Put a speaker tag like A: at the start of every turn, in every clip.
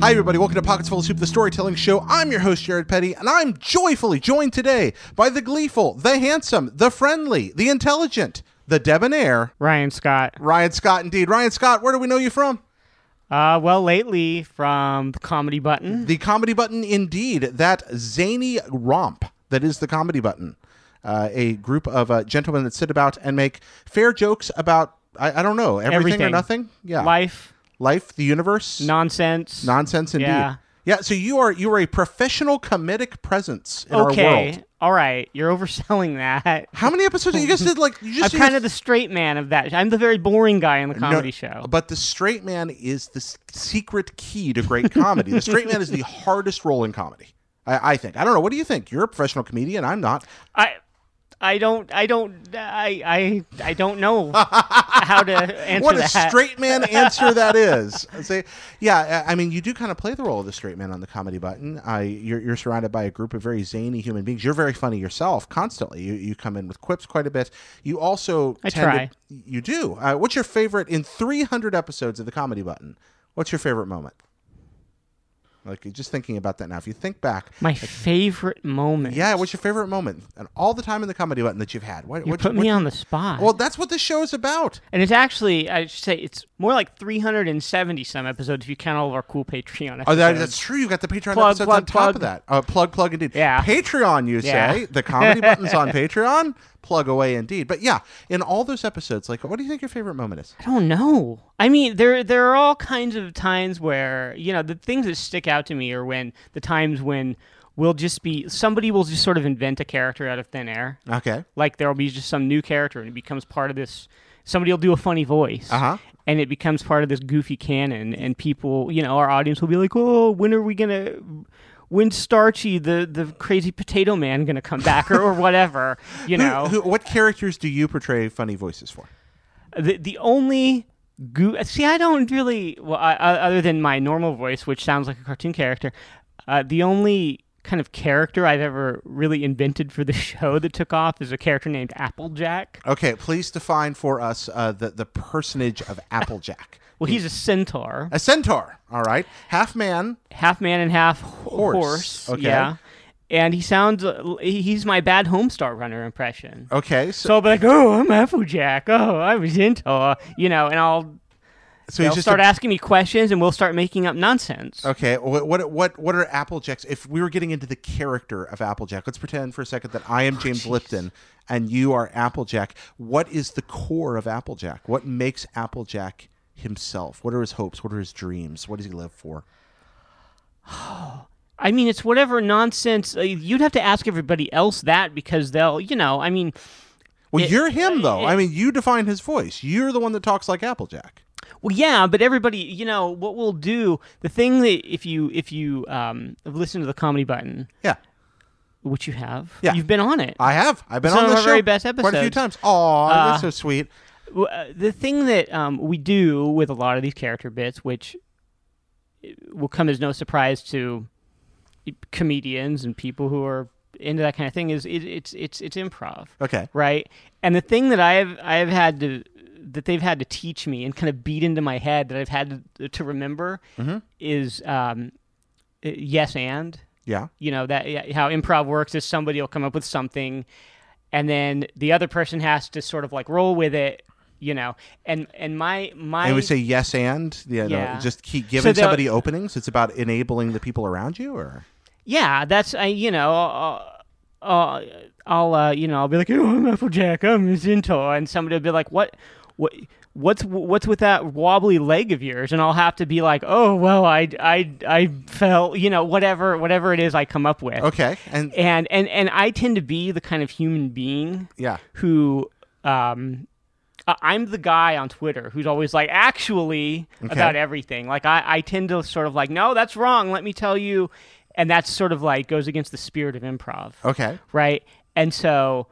A: Hi, everybody. Welcome to Pockets Full of Soup, the storytelling show. I'm your host, Jared Petty, and I'm joyfully joined today by the gleeful, the handsome, the friendly, the intelligent, the debonair,
B: Ryan Scott.
A: Ryan Scott, indeed. Ryan Scott, where do we know you from?
B: Uh, well, lately from the comedy button.
A: The comedy button, indeed. That zany romp that is the comedy button. Uh, a group of uh, gentlemen that sit about and make fair jokes about, I, I don't know, everything, or
B: Everything.
A: nothing? Yeah.
B: Life,
A: Life, the universe,
B: nonsense.
A: nonsense, indeed.
B: Yeah.
A: Yeah, so you are you are a professional comedic presence in our world.
B: okay. All right. You're overselling that.
A: How many episodes you guys did? Like you
B: I'm
A: just did
B: kind of the straight man of that. I'm the very boring guy in the
A: no,
B: comedy show.
A: But the straight man is the s- secret key to great comedy. the straight man is the hardest role in comedy. I, I think. I don't know. What do you think? You're a professional comedian. I'm not.
B: I. I don't, I don't, I, I, I don't know how to answer
A: What a
B: that.
A: straight man answer that is. Say, yeah. I I mean, you do kind of play the role of the straight man on the comedy button. I, you're, you're surrounded by a group of very zany human beings. You're very funny yourself. Constantly, you, you come in with quips quite a bit. You also
B: I
A: tend to-
B: try.
A: you do. Uh, what's your favorite in 300 episodes of the comedy button? What's your favorite moment? Like just thinking about that now. If you think back,
B: My favorite moment.
A: yeah, what's your favorite moment and all the time in the comedy button that you've had? What,
B: you
A: what-
B: put
A: what-
B: me on the spot.
A: Well, that's what this show is about.
B: And it's actually, I should say, it's more like 370 some episodes if you count all of our cool Patreon episodes.
A: Oh, that, that's true. You got the Patreon
B: Plug,
A: episodes
B: plug,
A: on top
B: plug.
A: of that. Uh, plug, plug, indeed.
B: Yeah.
A: Patreon, you
B: Yeah.
A: say. The comedy button's on Patreon. Plug away, indeed. But yeah, in all those episodes, like, what do you think your favorite moment is?
B: I don't know. I mean, there there are all kinds of times where you know the things that stick out to me are when the times when we'll just be somebody will just sort of invent a character out of thin air.
A: Okay.
B: Like there'll be just some new character and it becomes part of this. Somebody will do a funny voice.
A: Uh-huh.
B: And it becomes part of this goofy canon, and people, you know, our audience will be like, "Oh, when are we gonna? When Starchy, the the crazy potato man, gonna come back, or, or whatever? You
A: Who-
B: know,
A: who, what characters do you portray funny voices for?
B: the the only goo see i don't really well I, I, other than my normal voice which sounds like a cartoon character uh, the only kind of character i've ever really invented for the show that took off is a character named applejack
A: Okay, please define for us uh, the, the personage of Applejack.
B: well he's a centaur
A: A centaur, all right? Half man.
B: half man and half horse,
A: Horse, okay.
B: yeah and he sounds he- he's my bad homestar runner impression
A: Okay, so,
B: so i'll be like oh i'm applejack oh i'm a centaur you know and i'll
A: so
B: they'll
A: he's just a
B: start asking me questions and we'll start making up nonsense
A: Okay, what what what what are Applejack's? If we were getting into the character of Applejack, let's pretend for a second that I
B: Oh,
A: am James Lipton and you are Applejack. What is the core of Applejack? What makes Applejack himself? What are his hopes? What are his dreams? What does he live for?
B: I mean, it's whatever nonsense. Uh, you'd have to ask everybody else that because they'll, you know, I mean,
A: Well, you're him though. I mean, you define his voice. You're the one that talks like Applejack.
B: well, yeah, but everybody, you know, what we'll do, the thing that if you if you um have listened to the comedy button,
A: Yeah,
B: which you have,
A: Yeah.
B: you've been on it. Uh,
A: I have. I've been
B: Some
A: on
B: of
A: the
B: our
A: show
B: very best
A: quite a few
B: episodes. Uh,
A: times. Oh, that's so sweet.
B: W- uh, the thing that um, we do with a lot of these character bits, which uh, will come as no surprise to comedians and people who are into that kind of thing, is it, it's it's it's improv.
A: Okay.
B: right? And the thing that I have I have had to that they've had to teach me and kind of beat into my head that I've had to, to remember is um, uh, yes and
A: Yeah.
B: you know that yeah, how improv works is somebody will come up with something and then the other person has to sort of like roll with it you know and and my my
A: And we say yes and you know,
B: Yeah.
A: just keep giving
B: they'll-
A: somebody openings. It's about enabling the people around you, or
B: yeah that's i you know uh, uh, i'll uh, you know i'll be like oh i'm applejack i'm a centaur and somebody will be like what what What's what's with that wobbly leg of yours? And I'll have to be like, oh well, I I I fell, you know, whatever whatever it is I come up with.
A: okay, and
B: And and and I tend to be the kind of human being
A: Yeah.
B: who um I- I'm the guy on Twitter who's always like actually about everything. Like I, I tend to sort of like, no, that's wrong. Let me tell you, and that's sort of like goes against the spirit of improv,
A: Okay.
B: right? And so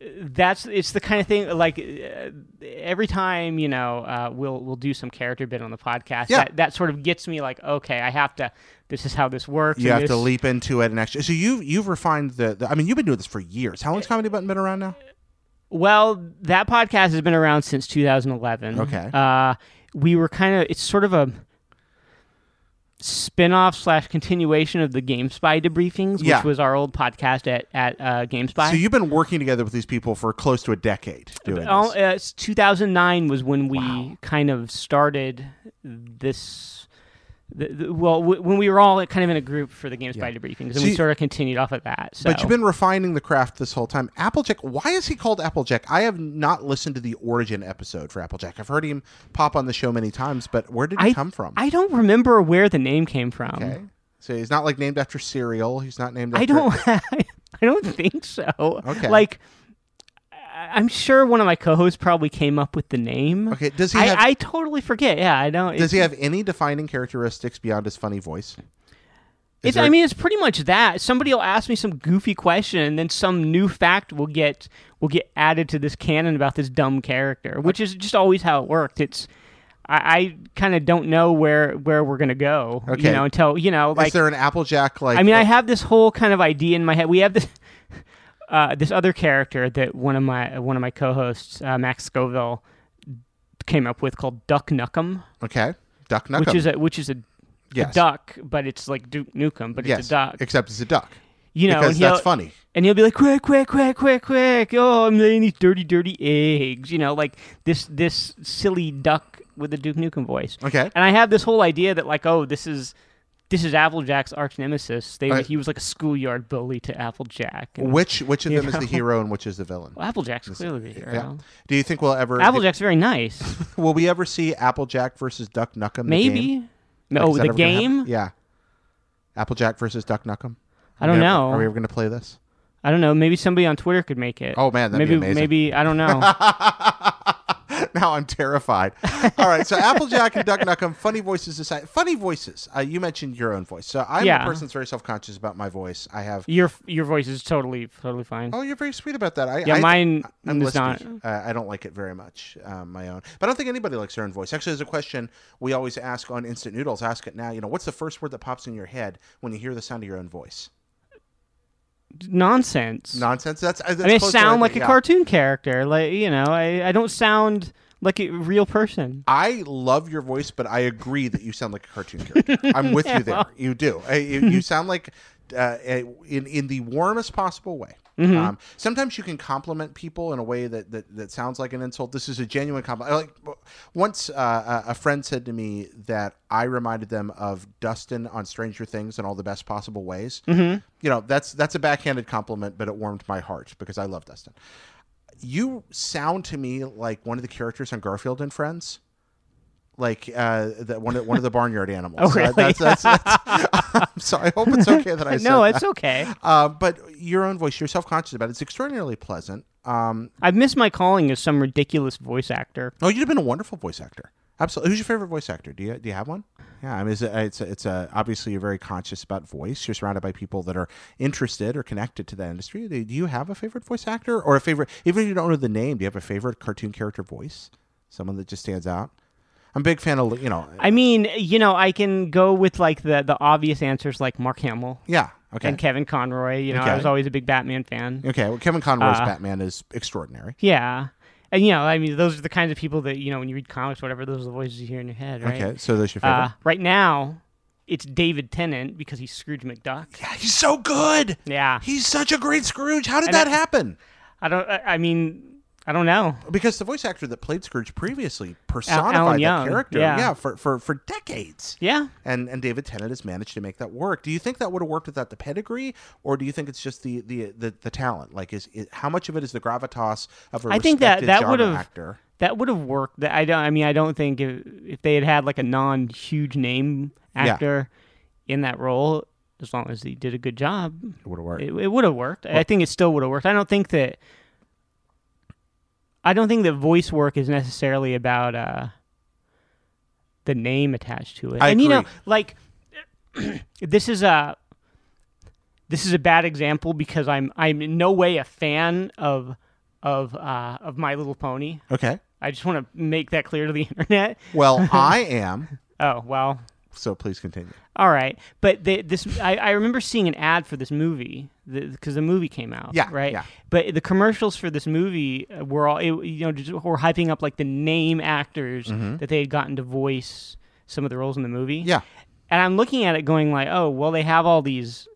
B: uh, that's it's the kind of thing like uh, every time you know uh, we'll we'll do some character bit on the podcast.
A: Yeah.
B: That, that sort of gets me like, okay, I have to. This is how this works.
A: You
B: and
A: have to
B: this-
A: leap into it and actually. So you you've refined the, the. I mean, you've been doing this for years. How long's Comedy Button been around now?
B: Well, that podcast has been around since 2011.
A: Okay.
B: Uh, we were kind of, it's sort of a, spin-off slash continuation of the GameSpy debriefings, which
A: Yeah.
B: was our old podcast at at uh, GameSpy.
A: So you've been working together with these people for close to a decade doing this.
B: Oh, uh, s- 2009 was when we kind of started this. The, the, well, w- when we were all kind of in a group for the GameSpy debriefings, and
A: So
B: we
A: you-
B: sort of continued off of that. So.
A: But you've been refining the craft this whole time. Applejack, why is he called Applejack? I have not listened to the origin episode for Applejack. I've heard him pop on the show many times, but where did he
B: I-
A: come from?
B: I don't remember where the name came from.
A: okay. So he's not like named after cereal. He's not named after
B: I don't. I don't think so.
A: Okay.
B: Like, I- I'm sure one of my co-hosts probably came up with the name.
A: Okay, does he
B: I,
A: have-
B: I totally forget. Yeah, I don't.
A: Does he have any defining characteristics beyond his funny voice? Is
B: It's,
A: there-
B: I mean, it's pretty much that. Somebody will ask me some goofy question, and then some new fact will get will get added to this canon about this dumb character, which is just always how it worked. It's I, I kind of don't know where where we're gonna go,
A: Okay.
B: you know, until you know,
A: is
B: like
A: there an Applejack like
B: I mean, I have this whole kind of idea in my head. We have this uh, this other character that one of my one of my co-hosts, uh, Max Scoville, came up with called Duck Nukem,
A: Okay. Duck Nukem.
B: which is a which is a, a
A: Yes.
B: duck, but it's like Duke Nukem, but
A: yes.
B: it's a duck.
A: Except it's a duck.
B: You know,
A: because
B: and he'll-
A: that's funny.
B: and he'll be like, quick, quick, quick, quick, quick. Oh, I'm laying these dirty, dirty eggs. You know, like this this silly duck with the Duke Nukem voice.
A: Okay.
B: And I have this whole idea that like, oh, this is this is Applejack's arch nemesis. They
A: Right.
B: he was like a schoolyard bully to Applejack. And,
A: Which which of
B: You
A: them is the
B: know?
A: hero and which is the villain?
B: well, Applejack's clearly the hero.
A: Yeah. Do you think we'll ever
B: Applejack's very nice.
A: will we ever see Applejack versus Duck Nukem? the game?
B: Maybe. No,
A: Is that
B: the
A: ever gonna happen?
B: game.
A: Yeah. Applejack versus Duck Nukem.
B: I don't
A: Yeah,
B: know.
A: Are we ever going to play this?
B: I don't know. Maybe somebody on Twitter could make it.
A: Oh, man, that'd be
B: maybe
A: amazing.
B: maybe I don't know.
A: now I'm terrified. All right, so Applejack and Duck Nukem, funny voices aside, funny voices. Uh, you mentioned your own voice, so I'm a
B: Yeah.
A: person that's very self conscious about my voice. I have.
B: your your voice is totally totally fine.
A: Oh, you're very sweet about that. I,
B: yeah,
A: I,
B: mine
A: I'm
B: is not.
A: lispy. Uh, I don't like it very much, um, my own. But I don't think anybody likes their own voice. Actually, there's a question we always ask on Instant Noodles. Ask it now. You know, what's the first word that pops in your head when you hear the sound of your own voice?
B: nonsense.
A: Nonsense. That's. uh, that's
B: I mean, I
A: close to what
B: sound like
A: think,
B: a
A: yeah.
B: cartoon character. Like you know, I, I don't sound like a real person.
A: I love your voice, but I agree that you sound like a cartoon character. I'm with you there. You do. I, you, you sound like uh, a- in in the warmest possible way. Um, sometimes you can compliment people in a way that, that that sounds like an insult. This is a genuine compliment. I Like once, uh, a a friend said to me that I reminded them of Dustin on Stranger Things in all the best possible ways. Mm-hmm. You know, that's that's a backhanded compliment, but it warmed my heart because I love Dustin. You sound to me like one of the characters on Garfield and Friends like uh, the, one of one of the barnyard animals.
B: Oh,
A: So
B: really?
A: that's, that's, that's, I'm sorry. I hope it's okay that I said
B: No,
A: that.
B: it's okay.
A: Uh, but your own voice, you're self conscious about it. It's extraordinarily pleasant. Um,
B: I've missed my calling as some ridiculous voice actor.
A: oh, you'd have been a wonderful voice actor. Absolutely. Who's your favorite voice actor? Do you do you have one? Yeah, I mean, it's a, it's, a, it's a, obviously you're very conscious about voice. You're surrounded by people that are interested or connected to that industry. Do do you have a favorite voice actor or a favorite, even if you don't know the name, do you have a favorite cartoon character voice? Someone that just stands out. I'm a big fan of you know.
B: I mean, you know, I can go with like the the obvious answers like Mark Hamill
A: yeah. Okay.
B: and Kevin Conroy. You know,
A: Okay.
B: I was always a big Batman fan.
A: Okay, well, Kevin Conroy's
B: Uh,
A: Batman is extraordinary.
B: Yeah. And you know, I mean, those are the kinds of people that you know when you read comics, whatever. Those are the voices you hear in your head, right?
A: Okay, so that's your favorite.
B: Uh, right now, it's David Tennant because he's Scrooge McDuck.
A: yeah, he's so good.
B: Yeah.
A: He's such a great Scrooge. How did
B: And
A: that
B: I-
A: happen?
B: I don't. I I mean, I don't know.
A: Because the voice actor that played Scrooge previously personified that
B: Young,
A: character,
B: yeah.
A: for, for for decades.
B: Yeah.
A: And and David Tennant has managed to make that work. Do you think that would have worked without the pedigree, or do you think it's just the the the, the talent? Like, is, is how much of it is the gravitas of a
B: I think that-
A: respected
B: that
A: genre
B: would've-
A: actor?
B: That would have worked. That I don't. I mean, I don't think if, if they had had like a non-huge name
A: Yeah.
B: actor in that role, as long as he did a good job,
A: It would have worked.
B: it, it would have worked. I think it still would have worked. I don't think that. I don't think that voice work is necessarily about uh, the name attached to it.
A: I
B: and you know,
A: agree.
B: like this is a this is a bad example because I'm I'm in no way a fan of of uh, of My Little Pony.
A: okay.
B: I just want to make that clear to the internet.
A: Well, I am.
B: Oh well,
A: So please continue.
B: all right. But they, this, I, I remember seeing an ad for this movie because the, movie came out.
A: Yeah,
B: right.
A: yeah.
B: But the commercials for this movie uh, were all it, you know just were hyping up like the name actors that they had gotten to voice some of the roles in the movie.
A: Mm-hmm. Yeah.
B: and I'm looking at it going like, oh, well, they have all these,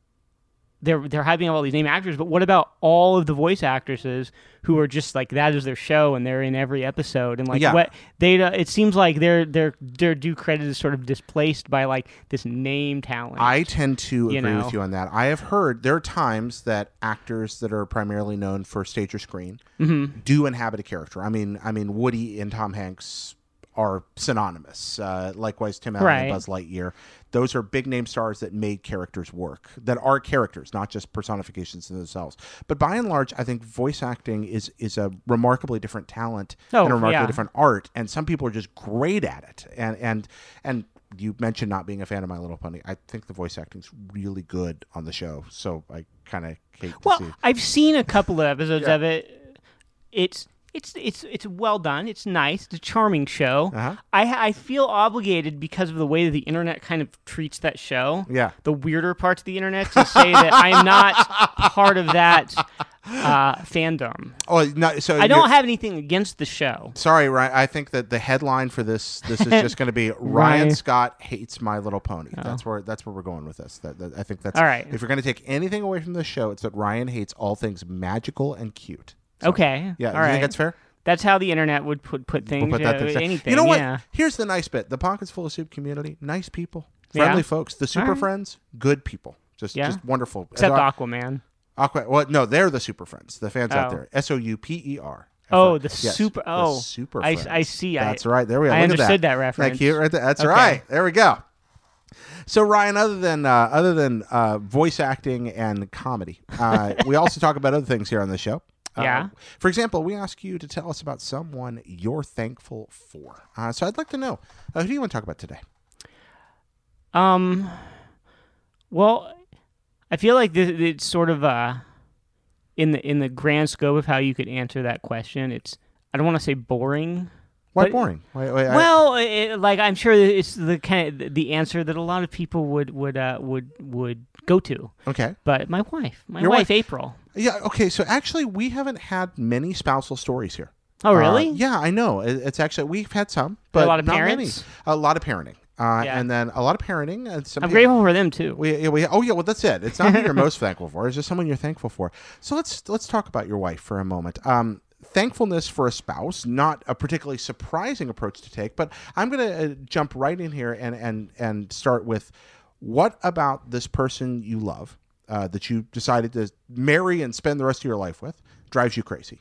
B: they're they're having all these name actors, but what about all of the voice actresses who are just like that is their show and they're in every episode and like
A: Yeah.
B: what they uh, it seems like their their their due credit is sort of displaced by like this name talent.
A: I tend to agree
B: You know.
A: with you on that. I have heard there are times that actors that are primarily known for stage or screen
B: Mm-hmm.
A: do inhabit a character. I mean, I mean Woody and Tom Hanks are synonymous. Uh, likewise, Tim Allen and
B: Right.
A: Buzz Lightyear. Those are big name stars that made characters work, that are characters, not just personifications in themselves. But by and large, I think voice acting is is a remarkably different talent
B: Oh,
A: and a remarkably
B: yeah.
A: different different art and some people are just great at it and and and you mentioned not being a fan of my little pony i think the voice acting's really good on the show so i kind of hate to see
B: Well, I've seen a couple of episodes of it. It's it's it's it's well done. It's nice. It's a charming show.
A: Uh-huh.
B: I I feel obligated because of the way that the internet kind of treats that show.
A: Yeah.
B: the weirder parts of the internet to say that I am not part of that uh, fandom.
A: oh no so
B: I don't have anything against the show.
A: sorry ryan i think that the headline for this this is just going to be ryan
B: Ryan.
A: scott hates my little pony
B: Oh.
A: that's where that's where we're going with this that, that- i think that's
B: All right.
A: if you're going to take anything away from the show it's that ryan hates all things magical and cute
B: Okay.
A: yeah
B: All
A: do you
B: right.
A: think that's fair
B: That's how the internet would put put things.
A: We'll put that
B: uh,
A: to the side.
B: anything.
A: You know what?
B: Yeah.
A: Here's the nice bit: the pockets full of soup community, nice people,
B: Yeah.
A: friendly folks. The super
B: Alright.
A: friends, good people, just
B: Yeah.
A: just wonderful.
B: Except
A: As our-
B: Aquaman.
A: Aqua. Well, no, they're the super friends. The fans out
B: Oh.
A: there. S O U P E R.
B: Oh, the
A: Yes,
B: super.
A: the
B: Oh,
A: super
B: I,
A: friends.
B: I see. I-
A: That's right. There we go.
B: I
A: Look at
B: understood that
A: Thank
B: reference.
A: you. Right there. That's right. There we go. So Ryan, other than uh, other than uh, voice acting and comedy, uh, we also talk about other things here on the show. Uh,
B: Yeah.
A: For example, we ask you to tell us about someone you're thankful for. Uh, so I'd like to know uh, who do you want to talk about today?
B: Um. Well, I feel like this, it's sort of uh, in the in the grand scope of how you could answer that question. It's I don't want to say boring.
A: Why
B: But-
A: boring? Why, why, I-
B: well, it, like I'm sure that it's the kind of the answer that a lot of people would would uh, would would go to.
A: okay.
B: But my wife, my
A: Your
B: wife,
A: wife.
B: April.
A: Yeah. Okay. So actually, we haven't had many spousal stories here.
B: Oh,
A: Uh,
B: really?
A: yeah, I know. It- It's actually we've had some, but
B: a lot of
A: not
B: parents?
A: many. A lot of parenting, uh,
B: Yeah.
A: and then a lot of parenting. And some
B: I'm
A: people-
B: grateful for them too.
A: We, yeah, we, oh yeah, well that's it. It's not who you're most thankful for. It's just someone you're thankful for. So let's let's talk about your wife for a moment. Um, thankfulness for a spouse, not a particularly surprising approach to take, but I'm gonna uh, jump right in here and and and start with what about this person you love uh, that you decided to marry and spend the rest of your life with drives you crazy?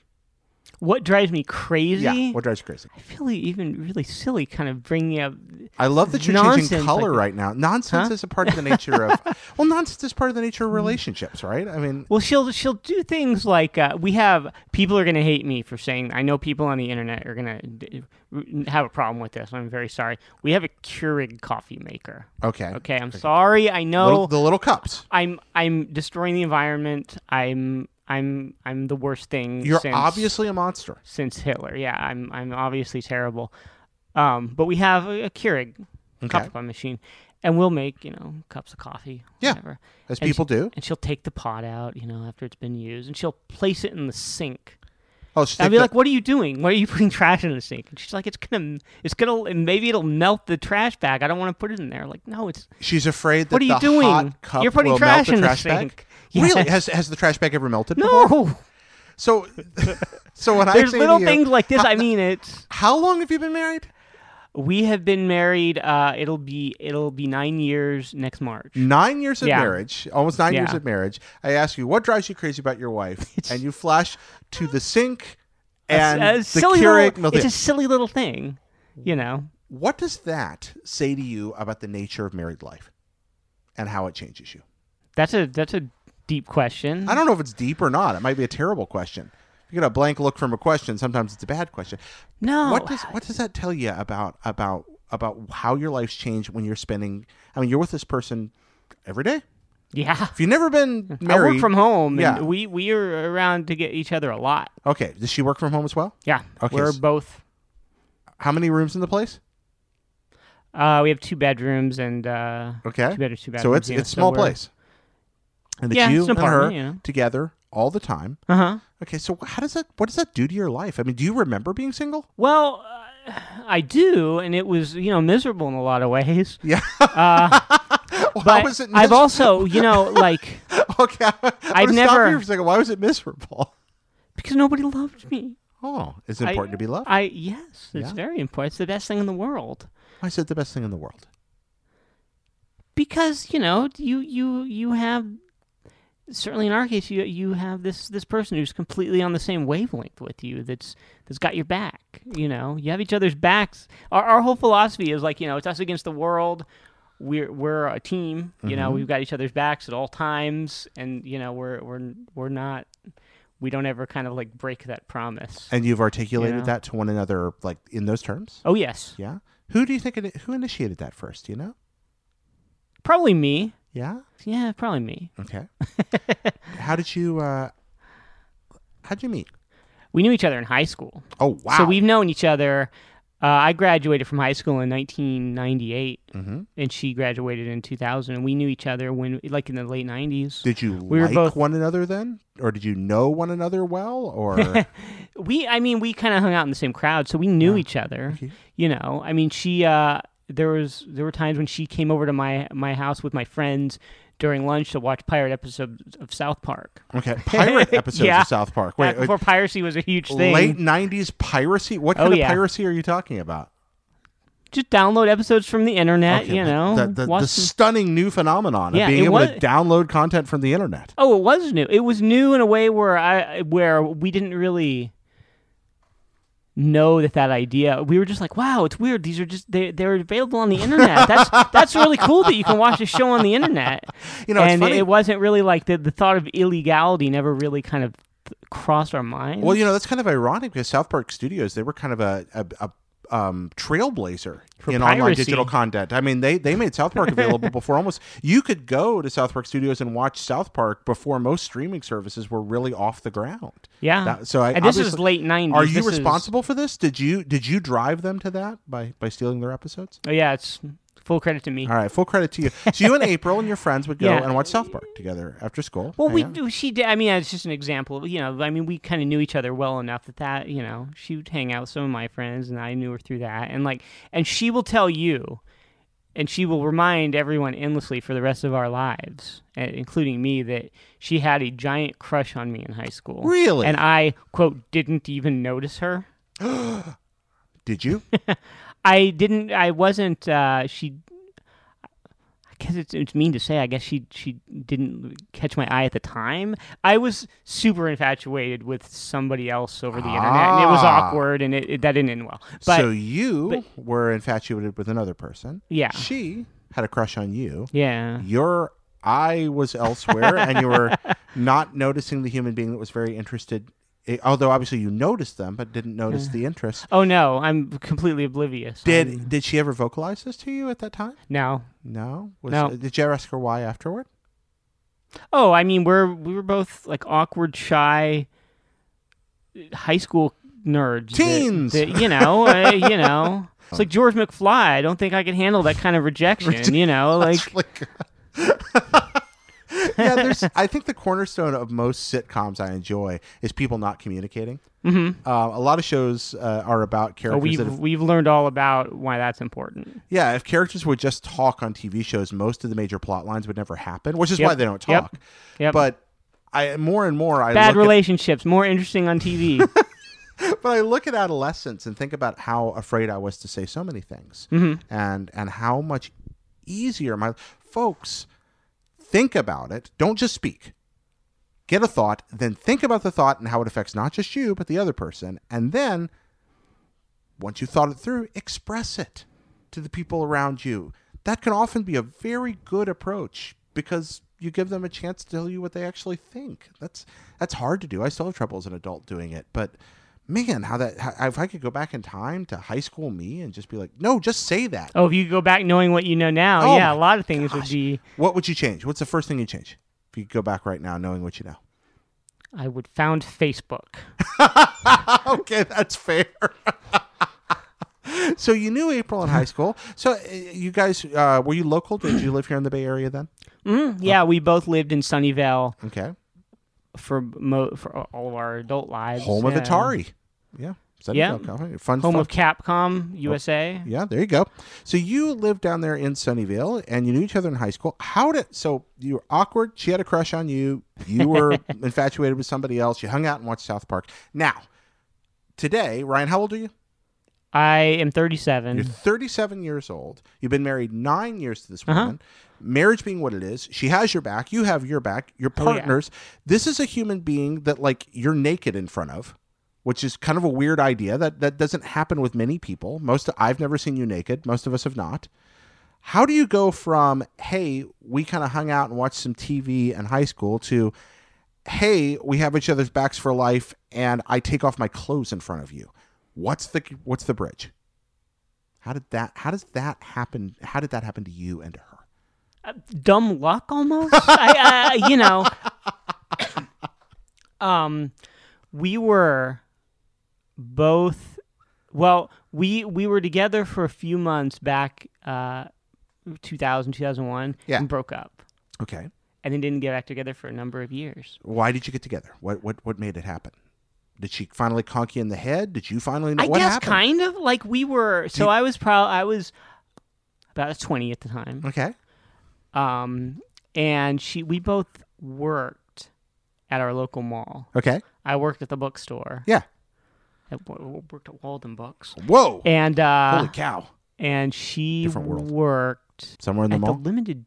B: What drives me crazy?
A: Yeah, what drives you crazy?
B: I feel even really silly, kind of bringing up.
A: I love that you're changing
B: Nonsense,
A: color
B: like-
A: right now. Nonsense
B: Huh? Mm.
A: is a part of the nature of well, nonsense is part of the nature of relationships, right? I mean,
B: Well, she'll she'll do things like uh, we have people are going to hate me for saying I know people on the internet are going to d- have a problem with this. I'm very sorry. We have a Keurig coffee maker.
A: okay,
B: Okay, I'm sorry. I know
A: Little, the little cups.
B: I'm I'm destroying the environment. I'm I'm I'm the worst thing.
A: You're
B: since,
A: obviously a monster.
B: since Hitler. Yeah, I'm I'm obviously terrible. Um, but we have a, a Keurig coffee pot machine, and we'll make you know cups of coffee.
A: Yeah.
B: Whatever.
A: As
B: And
A: people do.
B: And she'll take the pot out, you know, after it's been used, and she'll place it in the sink.
A: Oh, she'll
B: And I'll
A: take
B: be
A: the-
B: like, "What are you doing? Why are you putting trash in the sink?" And she's like, "It's gonna, it's gonna, and maybe it'll melt the trash bag. I don't want to put it in there." Like, no, it's
A: she's afraid that
B: what are you
A: the
B: doing?
A: hot cup
B: You're putting
A: will melt
B: trash in
A: the
B: the
A: trash bag.
B: sink. Yes.
A: Really? Has has the trash bag ever melted? before?
B: no.
A: So, so when I
B: There's
A: say
B: little
A: to you,
B: things like this. I mean, it's
A: how long have you been married?
B: we have been married. Uh, it'll be it'll be nine years next March.
A: Nine years of
B: Yeah.
A: marriage, almost nine years
B: Yeah.
A: of marriage. I ask you, what drives you crazy about your wife? and you flash to the sink and
B: A- a
A: the
B: uh, silly
A: Keurig
B: little,
A: melted.
B: it's a silly little thing, you know.
A: What does that say to you about the nature of married life and how it changes you?
B: That's a that's a deep question.
A: I don't know if it's deep or not. It might be a terrible question. If you get a blank look from a question, sometimes it's a bad question.
B: know.
A: What does what does that tell you about about about how your life's changed when you're spending? I mean, you're with this person every day.
B: yeah.
A: If you've never been
B: I
A: married,
B: work from home,
A: Yeah.
B: and we we are around to get each other a lot.
A: Okay, does she work from home as well?
B: Yeah,
A: Okay,
B: we're
A: s-
B: both.
A: How many rooms in the place?
B: Uh, we have two bedrooms and uh,
A: Okay,
B: two bedrooms, two bathrooms.
A: so it's
B: yeah,
A: it's small
B: we're-
A: place, and it's
B: Yeah,
A: you
B: it's an
A: and her
B: apartment, you know.
A: together all the time.
B: Uh huh.
A: Okay, so how does that? What does that do to your life? I mean, do you remember being single?
B: Well, uh, I do, and it was you know miserable in a lot of ways.
A: Yeah.
B: Uh,
A: Why
B: but
A: was it?
B: I've
A: miserable?
B: also you know like
A: okay. I'm gonna
B: I've
A: stop
B: never-
A: here for a second. Why was it miserable?
B: because nobody loved me.
A: Oh, it's important
B: I-
A: to be loved.
B: I yes, it's
A: Yeah.
B: very important. It's the best thing in the world
A: Why is it the best thing in the world?
B: because you know you you you have certainly in our case you you have this this person who's completely on the same wavelength with you that's that's got your back. You know, you have each other's backs. Our our whole philosophy is like you know it's us against the world. We're we're a team. You
A: Mm-hmm.
B: know, we've got each other's backs at all times, and you know we're we're we're not. We don't ever kind of like break that promise.
A: And you've articulated
B: You know?
A: that to one another, like in those terms.
B: Oh yes,
A: Yeah. Who do you think? It, who initiated that first? do You know.
B: probably me.
A: Yeah.
B: Yeah, probably me.
A: Okay. how did you? uh How'd you meet?
B: We knew each other in high school.
A: Oh wow.
B: So we've known each other. Uh, I graduated from high school in 1998,
A: Mhm.
B: and she graduated in 2000. And we knew each other when, like, in the late 90s.
A: Did you
B: We were
A: like
B: both-
A: one another then, or did you know one another well, or
B: We, I mean, we kind of hung out in the same crowd, so we knew each other.
A: Okay.
B: You know, I mean, she. Uh, there was there were times when she came over to my my house with my friends during lunch to watch pirate episodes of South Park.
A: okay pirate episodes
B: Yeah.
A: of South Park?
B: Back
A: Wait, wait,
B: before piracy was a huge thing.
A: late '90s piracy. What
B: Oh,
A: kind
B: yeah.
A: of piracy are you talking about?
B: Just download episodes from the internet.
A: Okay,
B: you
A: the-
B: know,
A: the, the,
B: watch
A: the
B: them.
A: stunning new phenomenon
B: Yeah,
A: of being
B: it
A: able
B: was-
A: to download content from the internet.
B: Oh, it was new. It was new in a way where I where we didn't really know that that idea. We were just like, wow, it's weird. These are just they they're available on the internet. That's that's really cool that you can watch a show on the internet.
A: You know, it's
B: and
A: funny-
B: it wasn't really like the the thought of illegality never really kind of crossed our mind.
A: Well, you know that's kind of ironic because South Park Studios they were kind of a a, a um, trailblazer in online
B: piracy.
A: digital content. I mean, they they made South Park available before almost you could go to South Park Studios and watch South Park before most streaming services were really off the ground.
B: yeah.
A: That- so I
B: and this is
A: obviously-
B: late nineties.
A: Are you responsible for this? Did you did you drive them to that by by stealing their episodes?
B: oh yeah, it's full credit to me.
A: All right, full credit to you. So you and April and your friends would go
B: Yeah.
A: and watch South Park together after school.
B: Well,
A: hang
B: we
A: out.
B: do. She did. I mean, it's just an example. You know, I mean, we kind of knew each other well enough that that you know she would hang out with some of my friends, and I knew her through that. And like, and she will tell you, and she will remind everyone endlessly for the rest of our lives, uh, including me, that she had a giant crush on me in high school.
A: Really?
B: And I quote didn't even notice her.
A: did you?
B: I didn't. I wasn't. Uh, she. I guess it's, it's mean to say. I guess she she didn't catch my eye at the time. I was super infatuated with somebody else over the internet, and it was
A: Ah.
B: awkward, and it, it- that didn't end well. But
A: so you were infatuated with another person.
B: yeah,
A: She had a crush on you.
B: yeah,
A: Your eye was elsewhere, and you were not noticing the human being that was very interested. i- although obviously you noticed them, but didn't notice the interest.
B: Oh no, I'm completely oblivious. Um,
A: Did did she ever vocalize this to you at that time?
B: no?
A: No. Was,
B: No.
A: Did you ever ask her why afterward?
B: Oh, I mean, we're we were both like awkward, shy, high school nerds. that-
A: Teens!
B: that, you know, uh, you know. It's like George McFly. I don't think I could handle that kind of rejection. You know, like
A: like yeah there's i think the cornerstone of most sitcoms i enjoy is people not communicating mm-hmm. uh, a lot of shows uh, are about
B: oh,
A: characters
B: we've
A: that have,
B: we've learned all about why that's important.
A: yeah if characters would just talk on tv shows most of the major plot lines would never happen which is
B: Yep.
A: why they don't
B: Yep.
A: talk
B: Yep.
A: but I more and more I
B: Bad
A: look at-
B: relationships more interesting on TV.
A: but I look at adolescence and think about how afraid I was to say so many things, and and how much easier my folks think about it. Don't just speak. Get a thought, then think about the thought and how it affects not just you but the other person, and then once you've thought it through, express it to the people around you. That can often be a very good approach because you give them a chance to tell you what they actually think. That's that's hard to do. I still have trouble as an adult doing it, but man, how that how, if I could go back in time to high school me and just be like, no, just say that.
B: oh, if you go back knowing what you know now,
A: Oh
B: yeah, a
A: my
B: lot of things would be.
A: What would you change? What's the first thing you change if you could go back right now, knowing what you know?
B: I would found Facebook.
A: okay, that's fair. so you knew April in high school. So uh, you guys uh, were you local? Did you live here in the Bay Area then?
B: Mm, yeah, we both lived in Sunnyvale
A: Okay.
B: for mo- for all of our adult lives.
A: Home of
B: yeah.
A: Atari. Yeah. Is that a
B: Yeah.
A: joke? All right. Fun
B: Home
A: fun-
B: of Capcom USA.
A: Yeah, there you go. So you lived down there in Sunnyvale, and you knew each other in high school. How did so you were awkward? She had a crush on you. You were infatuated with somebody else. You hung out and watched South Park. Now, today, Ryan, how old are you?
B: I am 37.
A: You're 37 years old. You've been married nine years to this
B: Uh-huh.
A: woman. Marriage being what it is, she has your back. You have your back. Your
B: Oh, yeah.
A: partners. This is a human being that like you're naked in front of, which is kind of a weird idea that that doesn't happen with many people. Most I've never seen you naked. Most of us have not. How do you go from hey we kind of hung out and watched some TV in high school to hey we have each other's backs for life and I take off my clothes in front of you? What's the what's the bridge? How did that? How does that happen? How did that happen to you and to her?
B: dumb luck almost. I, I, you know, um, we were both. Well, we we were together for a few months back, uh, 2000, 2001,
A: Yeah.
B: and broke up,
A: Okay,
B: and then didn't get back together for a number of years.
A: why did you get together? What what what made it happen? Did she finally conk you in the head? Did you finally? Know
B: I
A: what
B: guess
A: happened?
B: kind of like we were. So
A: you-
B: I was proud. I was about twenty at the time.
A: Okay,
B: Um, and she we both worked at our local mall.
A: okay,
B: I worked at the bookstore.
A: yeah.
B: I w- worked at Walden Books.
A: Whoa!
B: And uh,
A: Holy cow!
B: and she
A: Different world.
B: worked
A: Somewhere in the
B: at
A: mall.
B: the limited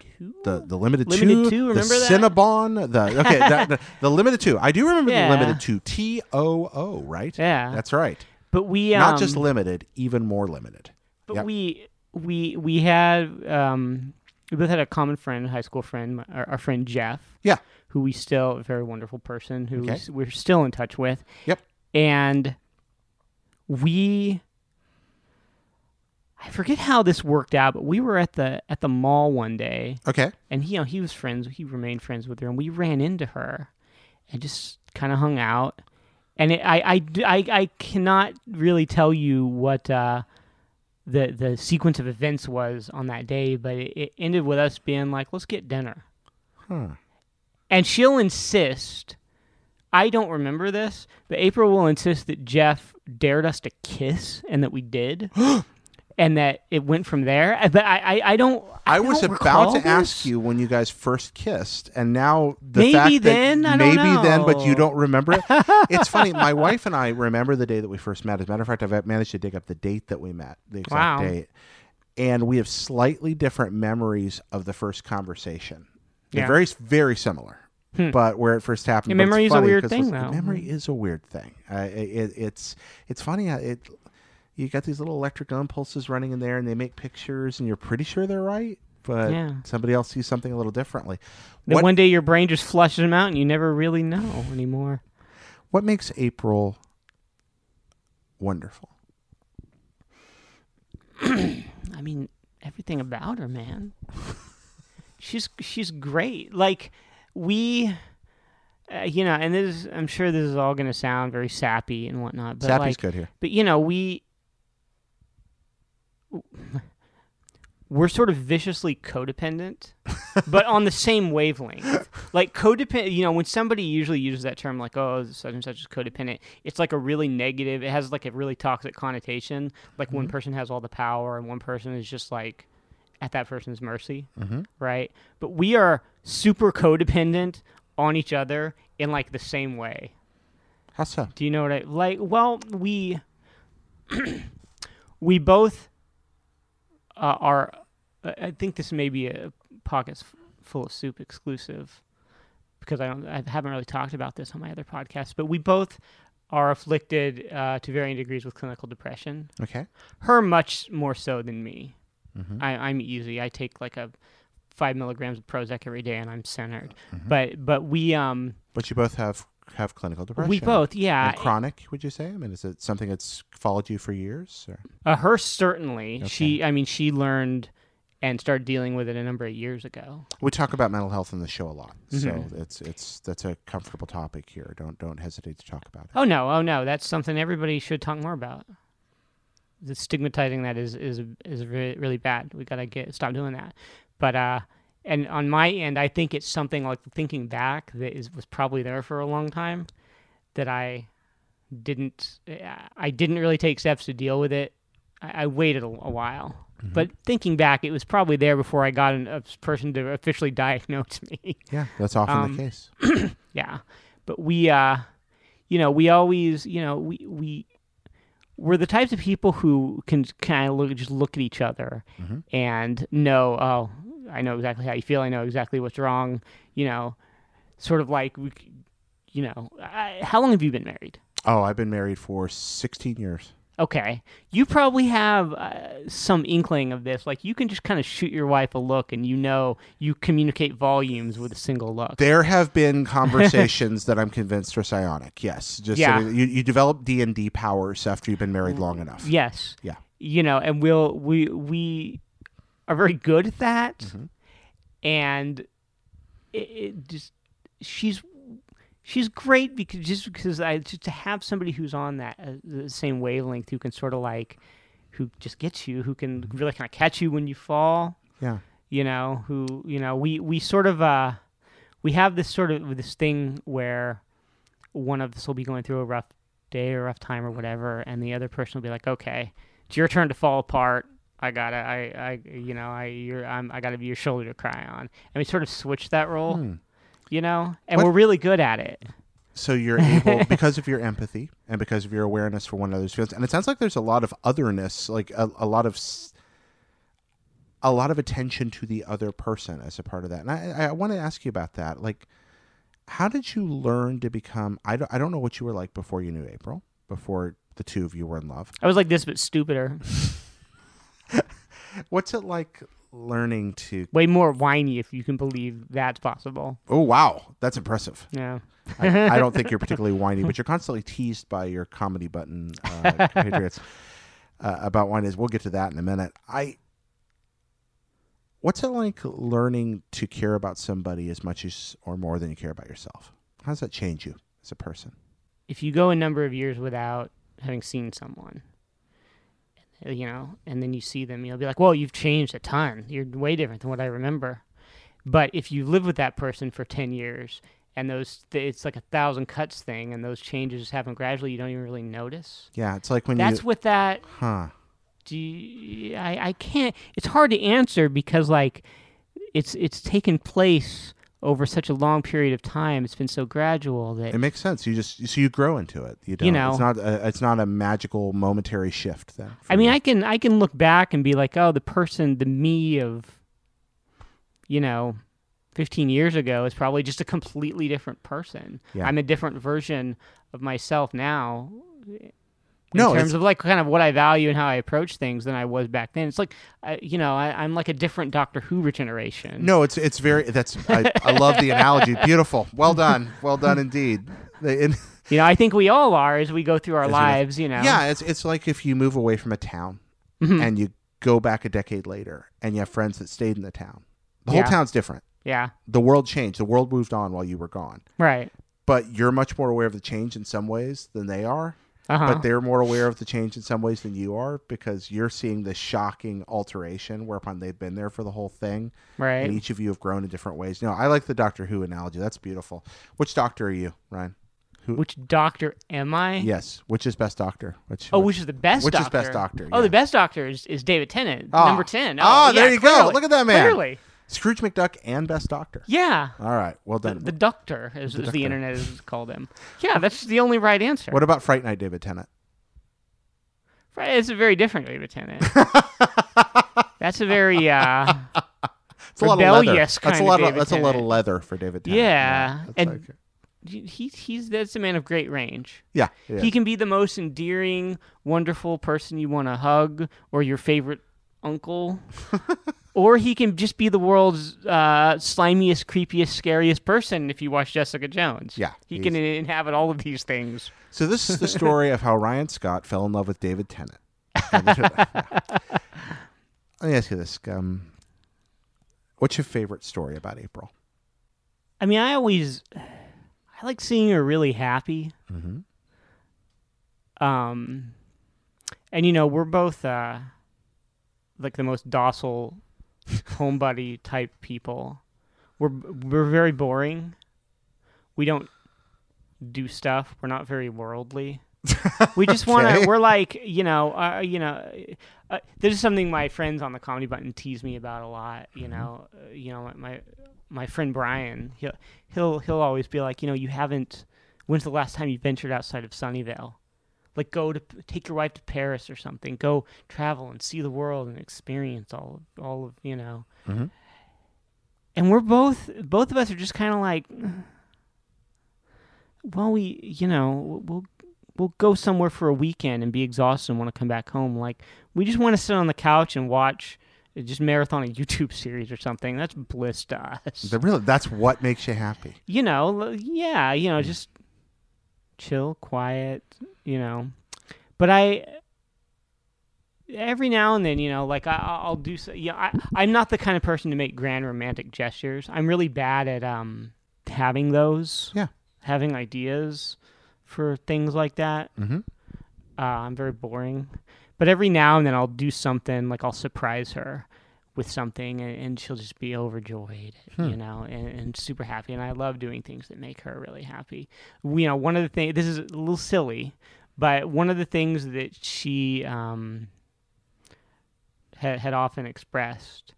B: two.
A: The, the limited,
B: Limited
A: two,
B: Two,
A: the
B: remember that?
A: Cinnabon, the okay, that, the, the limited two. I do remember
B: Yeah.
A: the limited two, T O O, right?
B: yeah,
A: that's right.
B: but we um,
A: Not just limited, even more limited.
B: but
A: yep.
B: we we we had um we both had a common friend, a high school friend, my- our, our friend Jeff.
A: Yeah.
B: who we still a very wonderful person who
A: Okay.
B: we s- we're still in touch with.
A: Yep.
B: and we I forget how this worked out, but we were at the at the mall one day.
A: Okay,
B: and he, you know, he was friends. He remained friends with her, and we ran into her, and just kind of hung out. And it, I, I, d- I- I cannot really tell you what uh, the the sequence of events was on that day, but it, it ended with us being like, "Let's get dinner,"
A: Huh.
B: and she'll insist. I don't remember this, but April will insist that Jeff dared us to kiss, and that we did. And that it went from there, but I, I, I don't.
A: I, was
B: don't
A: about
B: recall
A: to
B: this.
A: ask you when you guys first kissed, and now the
B: Maybe
A: fact that
B: then? I don't
A: maybe then, but you
B: know.
A: don't remember it. it's funny. My wife and I remember the day that we first met. As a matter of fact, I've managed to dig up the date that we met, the exact
B: Wow.
A: date, and we have slightly different memories of the first conversation. They're
B: Yeah.
A: very very similar. But where it first happened,
B: Yeah,
A: but it's
B: memory is a
A: funny
B: weird
A: 'cause
B: thing,
A: it's-
B: though. Hmm.
A: Memory is a weird thing. Uh, it, it's it's funny. uh, It you got these little electrical impulses running in there and they make pictures and you're pretty sure they're right but
B: Yeah.
A: somebody else sees something a little differently
B: Then
A: what,
B: one day your brain just flushes them out and you never really know anymore.
A: what makes april wonderful
B: I mean, everything about her, man. she's she's great. Like we, uh, you know, and this is, I'm sure this is all going to sound very sappy and whatnot. But
A: sappy's
B: like,
A: good here
B: but you know, we we're sort of viciously codependent, but on the same wavelength. Like codependent, you know, when somebody usually uses that term, like "oh, such and such is codependent," it's like a really negative. It has like a really toxic connotation. Like one person has all the power, and one person is just like at that person's mercy,
A: Mm-hmm.
B: right? But we are super codependent on each other in like the same way.
A: how so
B: Do you know what I like? Well, we we both uh, are. I I think this may be a pockets F- full of soup exclusive because I don't. I haven't really talked about this on my other podcast, but we both are afflicted uh, to varying degrees with clinical depression.
A: okay
B: Her much more so than me. I, I'm easy. I take like a five milligrams of Prozac every day, and I'm centered. But but we um
A: but you both have have clinical depression
B: we both
A: And
B: yeah
A: chronic would you say i mean is it something that's followed you for years or
B: Uh, her certainly. She, I mean, she learned and started dealing with it a number of years ago.
A: we talk about mental health in the show a lot so
B: Mm-hmm.
A: it's it's that's a comfortable topic here don't don't hesitate to talk about it
B: Oh no, oh no, that's something everybody should talk more about. The stigmatizing that is is is re- really bad. We gotta get stop doing that. But uh, and on my end, I think it's something like thinking back that is was probably there for a long time that I didn't I didn't really take steps to deal with it. I, I waited a, a while, but thinking back, it was probably there before I got an, a person to officially diagnose me.
A: Yeah, that's often
B: Um,
A: the case.
B: yeah, but we, uh, you know, we always, you know, we we we're the types of people who can kind of look, just look at each other and know, oh, I know exactly how you feel. I know exactly what's wrong. You know, sort of like we, c- you know, I, how long have you been married?
A: Oh, I've been married for 16 years.
B: Okay. You probably have uh, some inkling of this. Like, you can just kind of shoot your wife a look and you know you communicate volumes with a single look.
A: There have been conversations that I'm convinced are psionic. Yes, just
B: Yeah.
A: so that you, you develop D and D powers after you've been married long enough.
B: yes.
A: Yeah.
B: You know, and we'll, we, we are very good at that.
A: Mm-hmm.
B: And it, it just, she's, she's great because just because I, just to have somebody who's on that uh, the same wavelength who can sort of like, who just gets you, who can really kind of catch you when you fall.
A: Mm-hmm. yeah.
B: you know who you know we we sort of uh we have this sort of this thing where one of us will be going through a rough day or rough time or whatever and the other person will be like okay it's your turn to fall apart i gotta i i you know i you're i'm i gotta be your shoulder to cry on and we sort of switch that role you know and
A: What-
B: we're really good at it
A: So you're able because of your empathy and because of your awareness for one another's feelings, and it sounds like there's a lot of otherness, like a, a lot of s- a lot of attention to the other person as a part of that. And I, I want to ask you about that. Like, how did you learn to become? I don't, I don't know what you were like before you knew April, before the two of you were in love.
B: i was like this but stupider
A: What's it like learning to?
B: way more whiny if you can believe that's possible
A: Oh wow, that's impressive.
B: yeah
A: I, I don't think you're particularly whiny, but you're constantly teased by your comedy button uh, compatriots uh, about whininess. We'll get to that in a minute. I. What's it like learning to care about somebody as much as or more than you care about yourself? How does that change you as a person?
B: if you go a number of years without having seen someone, you know, and then you see them, you'll be like, "Well, you've changed a ton. You're way different than what I remember." But if you live with that person for ten years, and those th- it's like a thousand cuts thing, and those changes happen gradually, you don't even really notice.
A: Yeah, it's like when
B: That's
A: you,
B: what that.
A: huh?
B: Do you, I? I can't. It's hard to answer because like, it's it's taken place over such a long period of time. It's been so gradual that
A: It makes sense. You just so you grow into it. You, don't,
B: know.
A: it's not a, it's not a magical momentary shift. Then for
B: I mean,
A: you.
B: I can I can look back and be like, oh, the person, the me of, you know, fifteen years ago is probably just a completely different person.
A: Yeah.
B: I'm a different version of myself now. In
A: No,
B: terms
A: it's-
B: of like kind of what I value and how I approach things than I was back then. It's like, I, you know, I, I'm like a different Doctor Who regeneration.
A: No, it's it's very that's I, I love the analogy. Beautiful. Well done. Well done indeed. They- and-
B: You know, I think we all are as we go through our
A: we go-
B: lives. You know.
A: yeah, it's it's like if you move away from a town
B: Hmm.
A: and you go back a decade later and you have friends that stayed in the town. The whole
B: Yeah.
A: town's different.
B: Yeah.
A: The world changed. The world moved on while you were gone.
B: Right.
A: But you're much more aware of the change in some ways than they are.
B: Uh huh.
A: But they're more aware of the change in some ways than you are because you're seeing the shocking alteration whereupon they've been there for the whole thing.
B: Right.
A: And each of you have grown in different ways. No, I like the Doctor Who analogy. That's beautiful. Which doctor are you, Ryan?
B: Which doctor am I?
A: Yes. Which is best doctor? Which?
B: Eh. Oh, which is the best
A: Which is
B: doctor?
A: best doctor,
B: Oh,
A: yeah.
B: the best doctor is, is David Tennant,
A: Ah.
B: number 10.
A: Ah,
B: yeah,
A: there you go.
B: clearly.
A: Look at that man.
B: Clearly.
A: Scrooge McDuck and best doctor.
B: Yeah.
A: All right. Well done.
B: The doctor, as the, as
A: doctor.
B: the internet has called him. Yeah, that's the only right answer.
A: what about Fright Night, David Tennant?
B: Right, It's a very different David Tennant. that's a very, uh,
A: It's a lot of leather.
B: Rebellious
A: that's a
B: kind of
A: lot. Of,
B: David
A: that's a lot of
B: Tennant.
A: leather for David Tennant.
B: yeah.
A: that's
B: And
A: like-
B: he, he's that's a man of great range.
A: yeah. yeah.
B: He can be the most endearing, wonderful person you want to hug, or your favorite uncle, or he can just be the world's uh, slimiest, creepiest, scariest person. If you watch Jessica Jones,
A: Yeah,
B: he can inhabit all of these things.
A: so this is the story of how Ryan Scott fell in love with David Tennant. Let me ask you this: um, What's your favorite story about April?
B: I mean, I always, I like seeing her really happy.
A: Mhm.
B: Um, and you know, we're both uh, like the most docile, homebody type people. We're we're very boring. We don't do stuff. We're not very worldly. We just want
A: Okay.
B: to. We're like, you know, uh, you know, uh, this is something my friends on the comedy button tease me about a lot. You know, uh, you know, my my friend Brian, he'll he'll he'll always be like, you know, you haven't. When's the last time you ventured outside of Sunnyvale? Like, go to take your wife to Paris or something. Go travel and see the world and experience all of, all of you know.
A: Mhm.
B: And we're both both of us are just kind of like, well, we you know we'll we'll go somewhere for a weekend and be exhausted and want to come back home. Like we just want to sit on the couch and watch uh, just marathon a YouTube series or something. That's bliss to us.
A: The real that's what makes you happy.
B: you know, l- yeah, you know, just chill, quiet, you know. But I every now and then, you know, like I, I- I'll do. So, yeah, I, I'm not the kind of person to make grand romantic gestures. I'm really bad at um having those.
A: Yeah.
B: having ideas for things like that.
A: Mhm.
B: Uh, I'm very boring. But every now and then, I'll do something like I'll surprise her with something, and, and she'll just be overjoyed, you know, and, and super happy. And I love doing things that make her really happy. You know, one of the things. This is a little silly, but one of the things that she um, had, had often expressed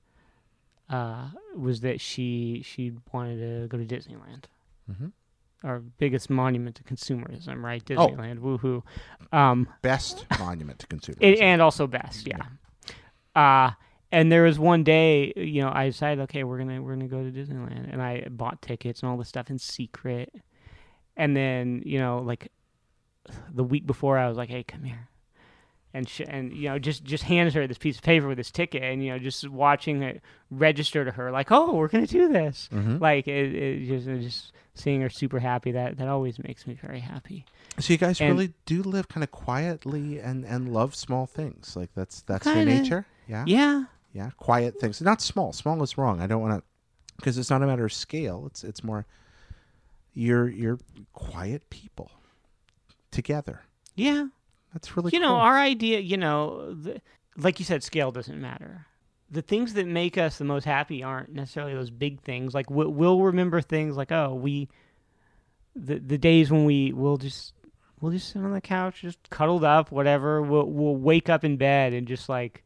B: uh, was that she she wanted to go to Disneyland.
A: Mhm.
B: Our biggest monument to consumerism, right? Disneyland, woohoo! Um,
A: Best monument to consumerism.
B: it, and also best, yeah. Uh, and there was one day, you know, I decided, okay, we're gonna we're gonna go to Disneyland, and I bought tickets and all this stuff in secret. And then, you know, like the week before, I was like, hey, come here, and sh- and you know, just just handed her this piece of paper with this ticket, and you know, just watching it register to her, like, oh, we're gonna do this,
A: Mm-hmm.
B: like it, it just it just seeing her super happy that that always makes me very happy.
A: so you guys
B: and-
A: really do live kind of quietly and and love small things. Like that's that's your
B: Kinda.
A: nature. Yeah.
B: Yeah.
A: yeah quiet things not small small is wrong i don't want to because it's not a matter of scale it's it's more you're you're quiet people together
B: Yeah.
A: that's really
B: you know
A: cool.
B: our idea you know the, like you said scale doesn't matter the things that make us the most happy aren't necessarily those big things like we, we'll remember things like oh we the, the days when we we'll just we'll just sit on the couch just cuddled up whatever we'll, we'll wake up in bed and just like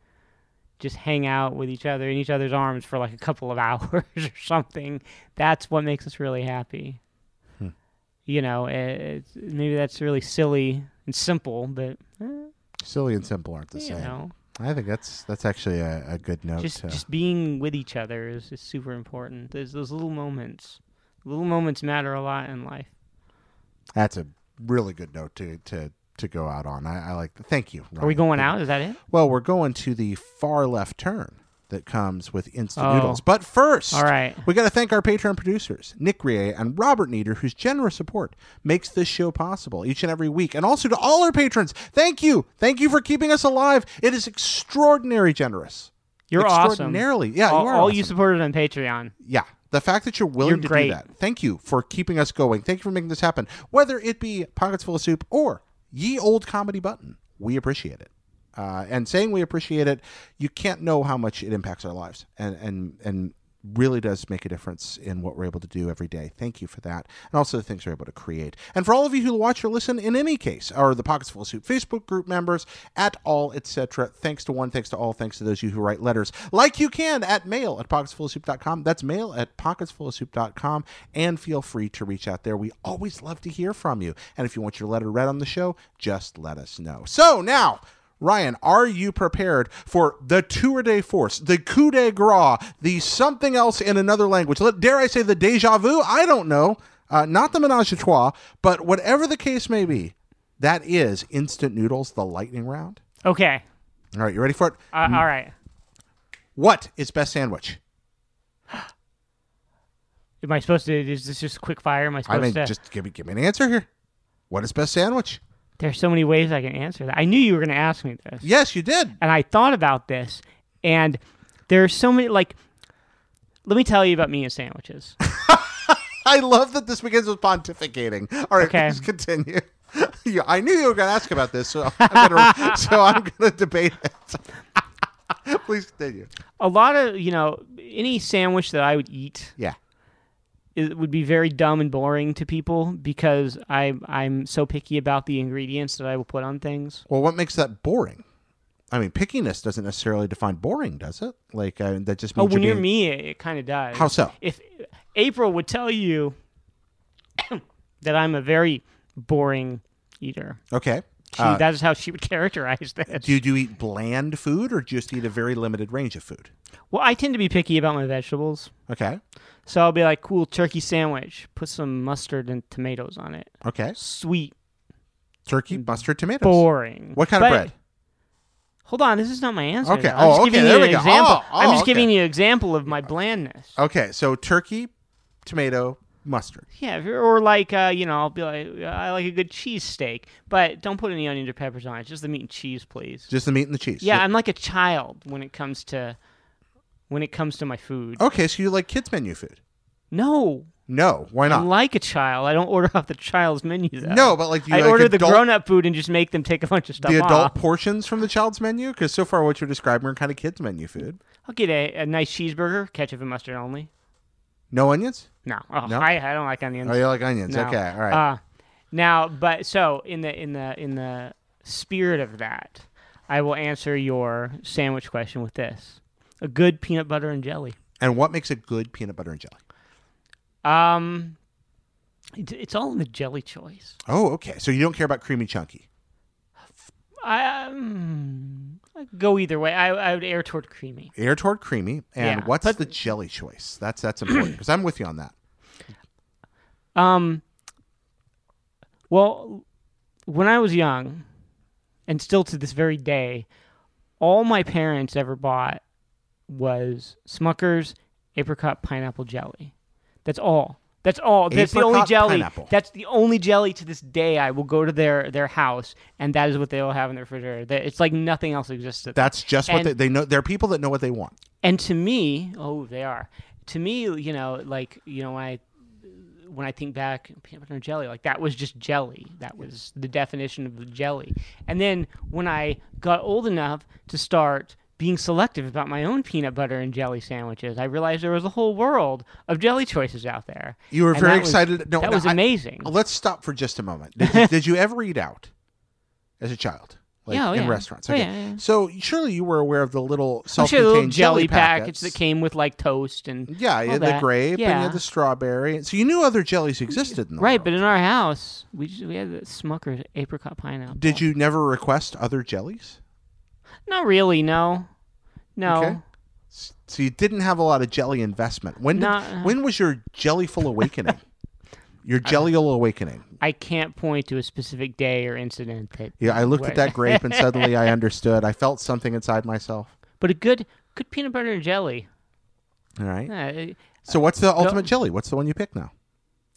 B: just hang out with each other in each other's arms for like a couple of hours or something that's what makes us really happy
A: Hmm.
B: you know it, it's maybe that's really silly and simple but eh,
A: silly and simple aren't the
B: you
A: same
B: know,
A: i think that's that's actually a, a good note
B: just
A: to,
B: just being with each other is, is super important. There's those little moments. Little moments matter a lot in life.
A: that's a really good note to to to go out on i, I like thank you
B: Are we
A: Ryan.
B: going
A: Thank-
B: out? Is that it?
A: well we're going to the far left turn that comes with instant
B: Oh.
A: noodles but first
B: All right.
A: We got to thank our Patreon producers, Nick Rie and Robert Nieder, whose generous support makes this show possible each and every week. And also to all our patrons, thank you. Thank you for keeping us alive. It is extraordinary generous.
B: You're awesome.
A: Extraordinarily. Yeah,
B: all
A: you are
B: all
A: awesome.
B: you supported on Patreon.
A: Yeah. The fact that you're willing
B: You're
A: to
B: great.
A: do that. Thank you for keeping us going. Thank you for making this happen. Whether it be Pockets Full of Soup or Ye Old Comedy Button, we appreciate it. Uh, and saying we appreciate it, you can't know how much it impacts our lives and, and, and really does make a difference in what we're able to do every day. Thank you for that. And also the things we're able to create. And for all of you who watch or listen in any case, are the Pockets Full of Soup Facebook group members, at all, etc. Thanks to one, thanks to all, thanks to those of you who write letters. Like you can at mail at pocketsfulofsoup.com. That's mail at pocketsfulofsoup.com. And feel free to reach out there. We always love to hear from you. And if you want your letter read on the show, just let us know. So now, Ryan, are you prepared for the tour de force, the coup de grace, the something else in another language? Let, dare I say the deja vu? I don't know. Uh, not the menage a trois, but whatever the case may be, that is instant noodles, the lightning round.
B: Okay.
A: All right, you ready for it?
B: Uh, all right.
A: What is best sandwich?
B: Am I supposed to? Is this just quick fire? Am I
A: I
B: supposed
A: mean,
B: to?
A: just give me give me an answer here. What is best sandwich?
B: There's so many ways I can answer that. I knew you were going to ask me this.
A: Yes, you did.
B: and I thought about this, and there are so many like. Let me tell you about me and sandwiches.
A: I love that this begins with pontificating. All right,
B: Okay.
A: please continue. yeah, I knew you were going to ask about this, so I'm gonna, so I'm going to debate it. please continue.
B: A lot of you know any sandwich that I would eat
A: Yeah.
B: it would be very dumb and boring to people because I I'm so picky about the ingredients that I will put on things.
A: Well, what makes that boring? I mean, pickiness doesn't necessarily define boring, does it? Like I, that just
B: Oh,
A: means
B: when you're
A: being-
B: me, it, it kind of does.
A: How so?
B: If April would tell you that I'm a very boring eater,
A: Okay.
B: she,
A: Uh,
B: that is how she would characterize this.
A: do you, do you eat bland food or just eat a very limited range of food?
B: Well, I tend to be picky about my vegetables,
A: Okay.
B: so I'll be like, "Cool turkey sandwich, put some mustard and tomatoes on it."
A: Okay.
B: Sweet,
A: Turkey, mustard, tomatoes.
B: boring.
A: What kind
B: Mm. But-
A: of bread?
B: Hold on, this is not my answer.
A: Okay,
B: I'm just
A: oh,
B: giving
A: okay,
B: you
A: there we
B: an
A: go.
B: example.
A: Oh,
B: I'm
A: oh,
B: just giving
A: okay. Uh,
B: you an example of my blandness.
A: Okay, so turkey, tomato, mustard.
B: Yeah, if you're- or like uh, you know, I'll be like, uh, I like a good cheesesteak, but don't put any onions or peppers on it. Just the meat and cheese, please.
A: Just the meat and the cheese.
B: yeah, I'm like a child when it comes to when it comes to my food.
A: Okay, so you like kids menu food?
B: No,
A: No, why
B: I'm
A: not?
B: like a child. I don't order off the child's menu though.
A: Ah. No, but like do you
B: I
A: like
B: order the
A: adult,
B: grown-up food and just make them take a bunch of stuff
A: the adult
B: off.
A: portions from the child's menu because so far what you're describing are kind of kids menu food.
B: I'll get a, a nice cheeseburger, ketchup and mustard only.
A: No onions?
B: No, oh,
A: No?
B: I, I don't like onions.
A: Oh, you like onions?
B: No.
A: Okay, all right.
B: Uh, now, but so in the in the in the spirit of that, I will answer your sandwich question with this: a good peanut butter and jelly.
A: and what makes a good peanut butter and jelly?
B: Um, it's, it's all in the jelly choice.
A: Oh, okay. So you don't care about creamy chunky.
B: I um, I'd go either way. I I would err toward creamy.
A: Air toward creamy, and
B: Yeah,
A: what's
B: but-
A: the jelly choice? That's that's important because I'm with you on that.
B: Um, well, when I was young, and still to this very day, all my parents ever bought was Smucker's apricot pineapple jelly. That's all. That's all. That's the only
A: Apricot
B: jelly.
A: pineapple.
B: That's the only jelly to this day. I will go to their their house, and that is what they will have in their refrigerator. That- It's like nothing else exists. at
A: That's just what
B: And-
A: they, they know. There are people that know what they want.
B: and to me oh they are to me you know like you know when i when i think back peanut butter and jelly like that was just jelly that was the definition of the jelly and then when i got old enough to start being selective about my own peanut butter and jelly sandwiches i realized there was a whole world of jelly choices out there
A: You were
B: And
A: very
B: that was-
A: excited. No,
B: that
A: no,
B: was
A: I-
B: amazing
A: Oh, Let's stop for just a moment. Did you, did you ever eat out as a child? Like
B: Yeah, oh,
A: in
B: yeah.
A: restaurants.
B: Oh,
A: Okay.
B: yeah, yeah.
A: So surely you were aware of the little
B: I'm sure the
A: self-contained
B: little jelly
A: packets.
B: packets that came with like toast and
A: yeah, you
B: all
A: had the
B: that.
A: grape and you
B: Yeah.
A: had the strawberry. So you knew other jellies existed in the
B: right
A: world.
B: but in our house we just, we had the smucker's apricot pineapple
A: did you never request other jellies?
B: Not really, no. No.
A: Okay. S- So you didn't have a lot of jelly investment. When did,
B: Not- uh,
A: when was your jellyful awakening? your jellyful awakening.
B: I can't point to a specific day or incident that
A: Yeah, I looked at
B: Wait.
A: that grape and suddenly I understood. I felt something inside myself.
B: but a good good peanut butter and jelly.
A: All right.
B: Uh,
A: So what's the ultimate jelly? What's the one you pick now?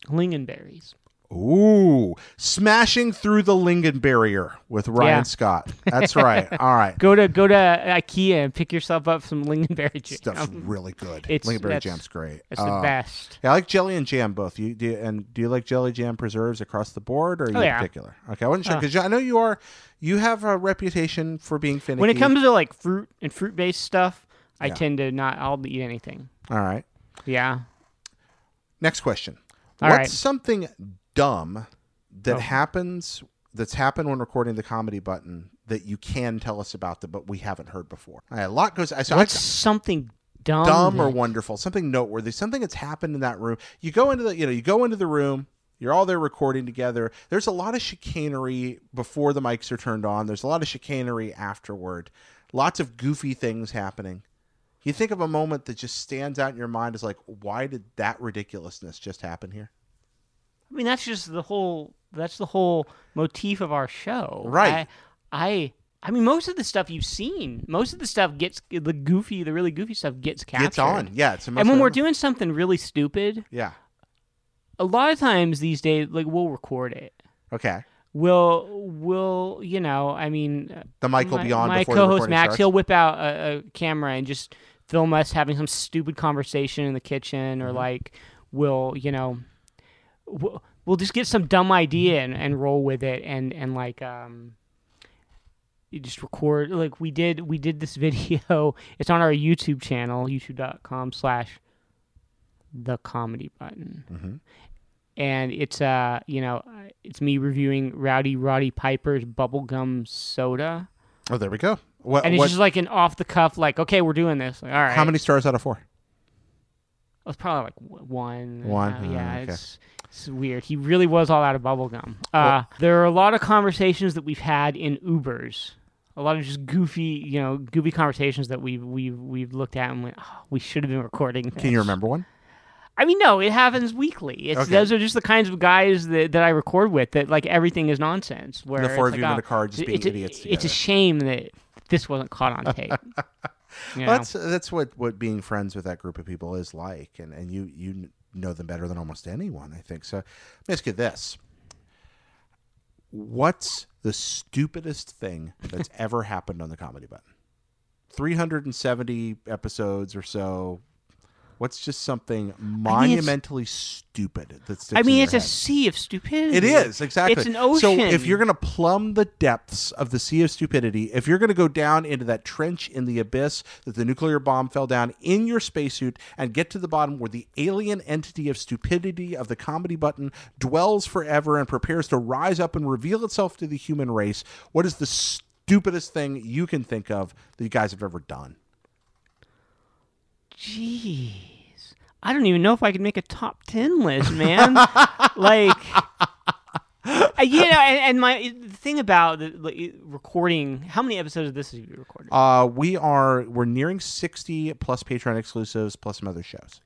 B: lingonberries.
A: Ooh, smashing through the Lingen barrier with Ryan
B: Yeah.
A: Scott. That's right. All right.
B: Go to go to IKEA and pick yourself up some lingonberry jam.
A: Stuff's really good.
B: It's-
A: Lingonberry
B: that's-
A: jam's great.
B: That's
A: Uh,
B: the best.
A: Yeah, I like jelly and jam both. You do, and do you like jelly jam preserves across the board, or are you
B: Oh, yeah. Uh.
A: particular? Okay, I wasn't sure because I know you are. You have a reputation for being finicky.
B: When it comes to like fruit and fruit based stuff, I
A: Yeah.
B: tend to not I'll eat anything.
A: all right.
B: Yeah.
A: Next question.
B: All
A: What's
B: right.
A: something dumb that
B: Oh.
A: happens that's happened when recording the comedy button that you can tell us about that but we haven't heard before? All right, a lot goes. I So
B: What's
A: I've-
B: something dumb?
A: dumb or
B: that-
A: wonderful, something noteworthy, something that's happened in that room. You go into the, you know, you go into the room. You're all there recording together. There's a lot of chicanery before the mics are turned on. There's a lot of chicanery afterward. Lots of goofy things happening. You think of a moment that just stands out in your mind as like, why did that ridiculousness just happen here?
B: I mean, that's just the whole. That's the whole motif of our show,
A: Right.
B: I, I, I mean, most of the stuff you've seen, most of the stuff gets the goofy, the really goofy stuff gets captured.
A: It's on. Yeah, it's a
B: And when we're
A: must-
B: doing something really stupid,
A: Yeah.
B: a lot of times these days, like we'll record it.
A: Okay.
B: We'll, we'll, you know, I mean, uh,
A: The mic will
B: my,
A: be on
B: my
A: before the
B: co-host
A: recording
B: Max,
A: starts.
B: he'll whip out a, a camera and just film us having some stupid conversation in the kitchen,
A: Mm-hmm.
B: or like we'll, you know, we'll, we'll just get some dumb idea and, and roll with it, and and like um, you just record. Like we did, we did this video. It's on our YouTube channel, YouTube.com/slash the comedy button.
A: Mm-hmm.
B: And it's uh, you know, it's me reviewing Rowdy Roddy Piper's bubblegum soda.
A: Oh, there we go. What?
B: And it's
A: what
B: just like an off the cuff like, okay, we're doing this. Like, all right.
A: how many stars out of four?
B: It was probably like w- one.
A: One?
B: Uh,
A: Oh,
B: yeah,
A: okay.
B: it's, it's weird. He really was all out of bubblegum. Uh, there are a lot of conversations that we've had in Ubers. A lot of just goofy, you know, goofy conversations that we've we've we've looked at and went, oh, we should have been recording.
A: Can you
B: this."
A: remember one?
B: I mean, no, it happens weekly. It's
A: Okay.
B: those are just the kinds of guys that, that I record with that like everything is nonsense. Where
A: The four
B: it's
A: of you
B: like,
A: in
B: oh,
A: a car just
B: it's-
A: being
B: it's a-
A: idiots
B: It's
A: together.
B: a shame that this wasn't caught on tape. You know?
A: That's that's what what being friends with that group of people is like, and and you you kn- know them better than almost anyone, I think. So, let me ask you this: What's the stupidest thing that's ever happened on the comedy button? Three hundred and seventy episodes or so. What's just something monumentally stupid that sticks?
B: I
A: in
B: mean,
A: your
B: it's a
A: head?
B: sea of stupidity.
A: It is exactly.
B: Mm-hmm. It's an
A: So
B: ocean.
A: if you're going to plumb the depths of the sea of stupidity, if you're going to go down into that trench in the abyss that the nuclear bomb fell down in your spacesuit and get to the bottom where the alien entity of stupidity of the comedy button dwells forever and prepares to rise up and reveal itself to the human race, what is the stupidest thing you can think of that you guys have ever done?
B: Jeez. I don't even know if I could make a top 10 list, man. like, I- you know, and, and my the thing about the, like, recording, how many episodes of this have you recorded?
A: Uh, we are we're nearing sixty plus Patreon exclusives plus some other shows.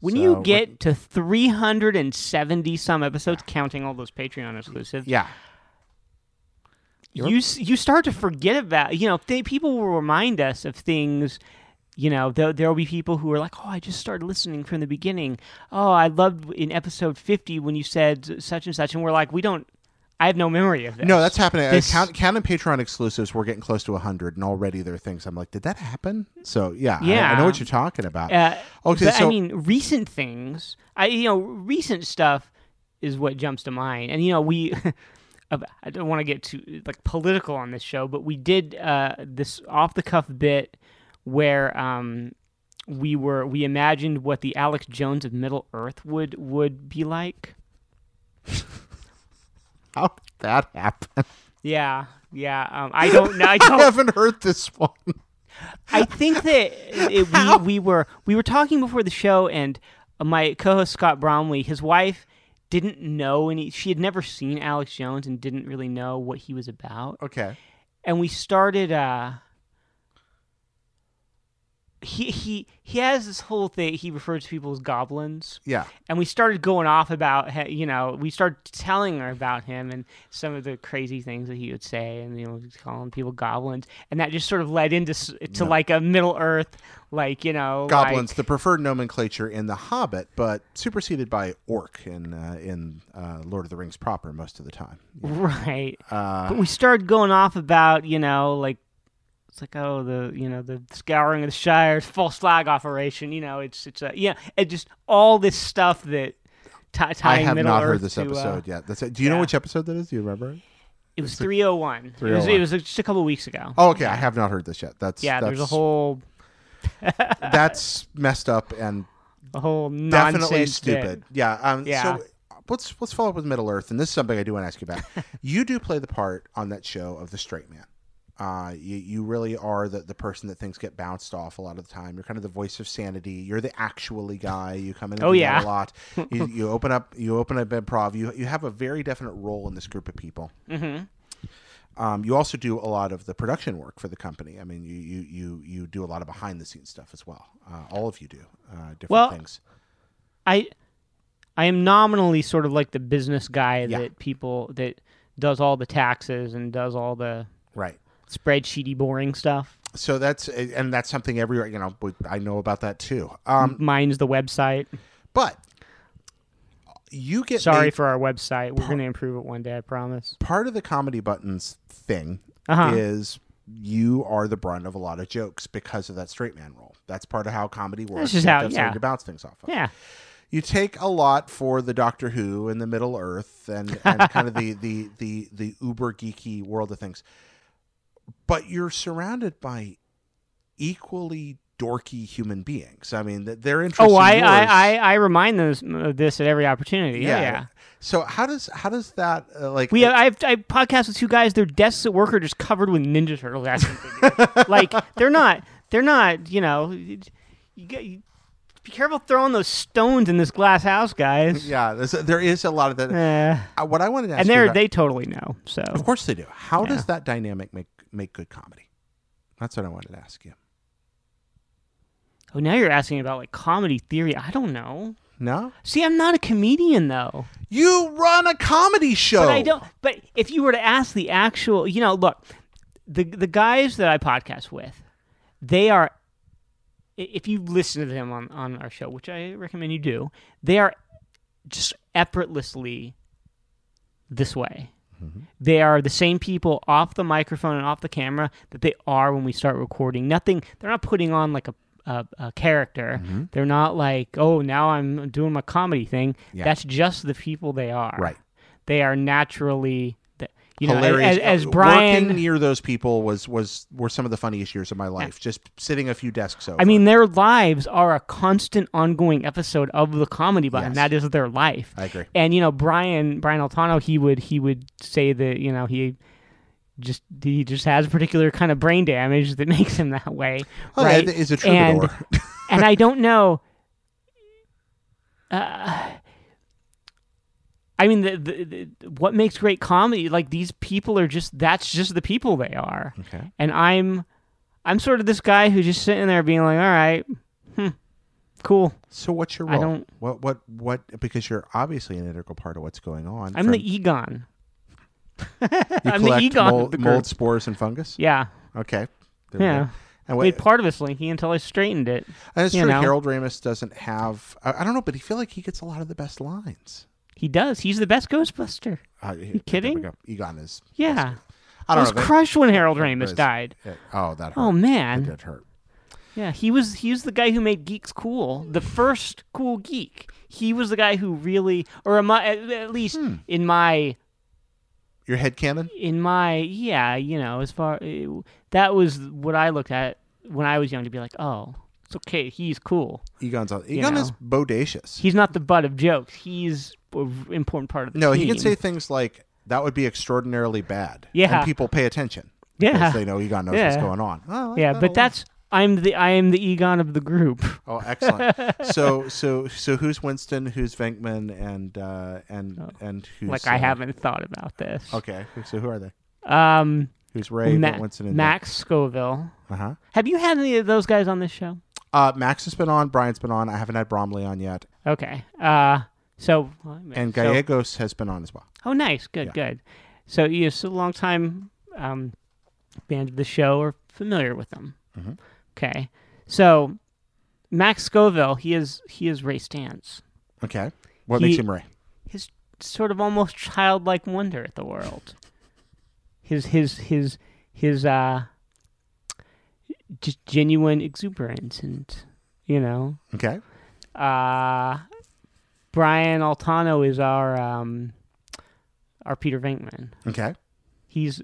B: when
A: so
B: you
A: we're-
B: get to 370 some episodes, counting all those Patreon exclusives,
A: Yeah.
B: you s- you start to forget about you know th- people will remind us of things you know there there will be people who are like oh i just started listening from the beginning oh i loved in episode 50 when you said such and such and we're like we don't i have no memory of this
A: No, that's happening. Uh,
B: This-
A: count, count and Patreon exclusives, we're getting close to 100, and already there are things I'm like, did that happen? So, yeah, I- I,
B: Yeah.
A: know what you're talking about.
B: uh,
A: Okay,
B: but,
A: so-
B: i mean recent things i you know recent stuff is what jumps to mind and you know we I don't want to get too like political on this show, but we did uh, this off the cuff bit where um, we were we imagined what the Alex Jones of Middle Earth would would be like.
A: How did that happen?
B: Yeah, yeah. Um, I don't know. I
A: I
B: don't.
A: haven't heard this one.
B: I think that it, we we were we were talking before the show, and my co-host Scott Bromley, his wife didn't know any. She had never seen Alex Jones and didn't really know what he was about.
A: Okay.
B: and we started uh he he he has this whole thing he refers to people as goblins
A: Yeah.
B: and we started going off about he- you know we started telling her about him and some of the crazy things that he would say and you know calling people goblins and that just sort of led into s- to like a middle earth like you know like-
A: Goblins, the preferred nomenclature in The Hobbit, but superseded by orc in uh, in uh, Lord of the Rings proper most of the time.
B: right
A: Uh,
B: but we started going off about you know like it's like oh the you know the scouring of the shires false flag operation you know it's it's a yeah it just all this stuff that t-
A: I
B: tying
A: have
B: middle
A: not
B: earth
A: heard this
B: to, uh,
A: episode yet. That's it. Do you know
B: yeah.
A: which episode that is? Do you remember? it?
B: it was 301. it
A: 301.
B: was it was just a couple weeks ago
A: Oh, okay. I have not heard this yet. That's
B: yeah
A: That's,
B: there's a whole
A: that's messed up and
B: a whole nonsense
A: definitely
B: bit.
A: stupid. Yeah. Um,
B: Yeah.
A: So let's let's follow up with Middle Earth, and this is something I do want to ask you about. you do play the part on that show of the straight man. Uh, you, you really are the, the person that things get bounced off a lot of the time. You're kind of the voice of sanity. You're the actually guy. You come in and
B: Oh,
A: do that
B: yeah.
A: a lot. You, you open up you open up improv. You you have a very definite role in this group of people.
B: Mm-hmm.
A: Um, you also do a lot of the production work for the company. I mean, you you you, you do a lot of behind the scenes stuff as well. Uh, all of you do uh, different
B: Well,
A: things.
B: I I am nominally sort of like the business guy
A: Yeah.
B: that people that does all the taxes and does all the
A: Right.
B: spreadsheety boring stuff
A: so that's and that's something everywhere you know but i know about that too um
B: mine's the website
A: but you get
B: Sorry
A: made-
B: for our website. We're going to improve it one day, I promise.
A: part of the comedy buttons thing
B: Uh-huh.
A: is you are the brunt of a lot of jokes because of that straight man role that's part of how comedy works
B: just
A: You
B: how-
A: have something
B: yeah.
A: to bounce things off of
B: Yeah.
A: you take a lot for the Doctor Who and the Middle Earth and, and kind of the, the the the uber geeky world of things, but you're surrounded by equally dorky human beings. I mean, th- their interest.
B: Oh, I,
A: in yours,
B: I, I, I remind those of this at every opportunity. Yeah, yeah.
A: So how does how does that uh, like
B: We have, I've, I podcast with two guys. Their desks at work are just covered with Ninja Turtles. That's what they do. like they're not. They're not. You know. You, get- you- be careful throwing those stones in this glass house, guys.
A: yeah, there's, there is a lot of that.
B: Eh.
A: Uh, what I wanted to ask
B: and
A: you
B: they are
A: about-
B: they totally know. So
A: Of course they do. How
B: Yeah.
A: does that dynamic make make good comedy? That's what I wanted to ask you.
B: oh, now you're asking about like comedy theory. I don't know.
A: No,
B: See, I'm not a comedian though.
A: you run a comedy show.
B: But I don't. But if you were to ask the actual, you know, look, the the guys that I podcast with, they are. i- If you listen to them on on our show, which I recommend you do, they are just effortlessly this way.
A: Mm-hmm.
B: They are the same people off the microphone and off the camera that they are when we start recording. Nothing. They're not putting on like a. A, a character.
A: Mm-hmm.
B: They're not like, oh, now I'm doing my comedy thing.
A: Yeah.
B: That's just the people they are
A: Right.
B: they are naturally th- you know
A: Hilarious.
B: as, as
A: Uh,
B: brian
A: working near those people was was were some of the funniest years of my life. Just sitting a few desks over.
B: i mean their lives are a constant ongoing episode of the comedy button
A: Yes.
B: that is their life
A: I agree.
B: and you know brian brian altano he would he would say that you know he just he just has a particular kind of brain damage that makes him that way
A: Oh, yeah,
B: right
A: th- is a
B: And-
A: troubadour.
B: and I don't know. Uh, I mean, the, the, the, what makes great comedy? Like these people are just that's just the people they are.
A: Okay.
B: And I'm, I'm sort of this guy who's just sitting there being like, all right, hmm, cool.
A: So what's your
B: I
A: role?
B: don't-
A: What what what? Because you're obviously an integral part of what's going on.
B: I'm
A: from-
B: the Egon.
A: you
B: I'm the
A: collect
B: Egon of
A: mold,
B: the group.
A: mold spores and fungus.
B: Yeah,
A: Okay. There we
B: yeah.
A: go. And
B: Made
A: what,
B: part of it slinky until I straightened it.
A: and it's
B: you
A: true.
B: know.
A: Harold Ramis doesn't have. I, I don't know, but he feel like he gets a lot of the best lines.
B: He does. He's the best Ghostbuster.
A: Uh, you
B: kidding?
A: Egon is.
B: Yeah.
A: I
B: I,
A: don't
B: was
A: know. but-
B: crushed when Harold
A: Ramis.
B: Ramis died.
A: Yeah. Oh, that hurt.
B: Oh man.
A: that hurt.
B: Yeah, he was he was the guy who made geeks cool, the first cool geek. He was the guy who really, or am I, at at least
A: Hmm.
B: in my
A: Your head cannon.
B: in my yeah, you know, as far eh, that was what I looked at when I was young to be like, oh, it's okay, he's cool.
A: Egon's on. Egon is bodacious.
B: He's not the butt of jokes. He's an important part of the
A: No, he can
B: team.
A: say things like that would be extraordinarily bad.
B: Yeah.
A: and people pay attention.
B: yeah,
A: because they know Egon knows what's
B: Yeah.
A: going on. Oh, I like
B: yeah,
A: that a
B: but
A: lot.
B: that's I'm the I am the Egon of the group.
A: oh excellent. so so so who's Winston? Who's Venkman? And uh, and and who's
B: Oh, Like I
A: uh,
B: haven't thought about this.
A: Okay, so who are they?
B: Um,
A: Who's Ray?
B: Ma-
A: Vent Winston and
B: Max Scoville.
A: Uh huh.
B: Have you had any of those guys on this show?
A: Uh, Max has been on. Brian's been on. I haven't had Bromley on yet.
B: Okay. Uh, so
A: And
B: so-
A: Gallegos has been on as well.
B: oh, nice. Good. Good. So you so long time um, band of the show are familiar with them. Okay. So Max Scoville, he is he is Ray Stantz.
A: Okay. What
B: He-
A: makes him Ray?
B: His sort of almost childlike wonder at the world. His his his his uh just genuine exuberance and you know
A: Okay.
B: uh, Brian Altano is our um, our Peter Venkman.
A: Okay.
B: He's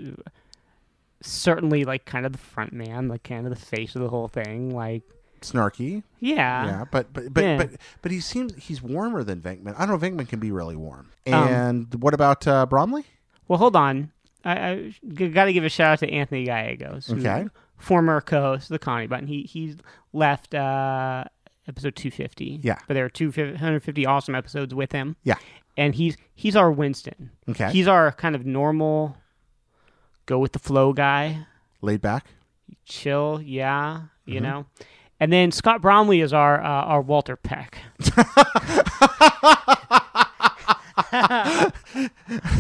B: certainly like kind of the front man, like kind of the face of the whole thing. Like,
A: Snarky.
B: yeah,
A: yeah, but but but,
B: yeah.
A: but but he seems he's warmer than Venkman. I don't know. Venkman can be really warm.
B: Um,
A: And what about uh, Bromley?
B: Well, hold on. I, I got to give a shout out to Anthony Gallegos, who-
A: Okay.
B: former co-host of the Connie Button. He he left uh, episode 250.
A: Yeah.
B: but there are 250 awesome episodes with him.
A: Yeah.
B: and he's he's our Winston.
A: Okay.
B: he's our kind of normal, go with the flow guy,
A: Laid back.
B: chill. Yeah,
A: Mm-hmm.
B: you know. And then Scott Bromley is our uh, our Walter Peck.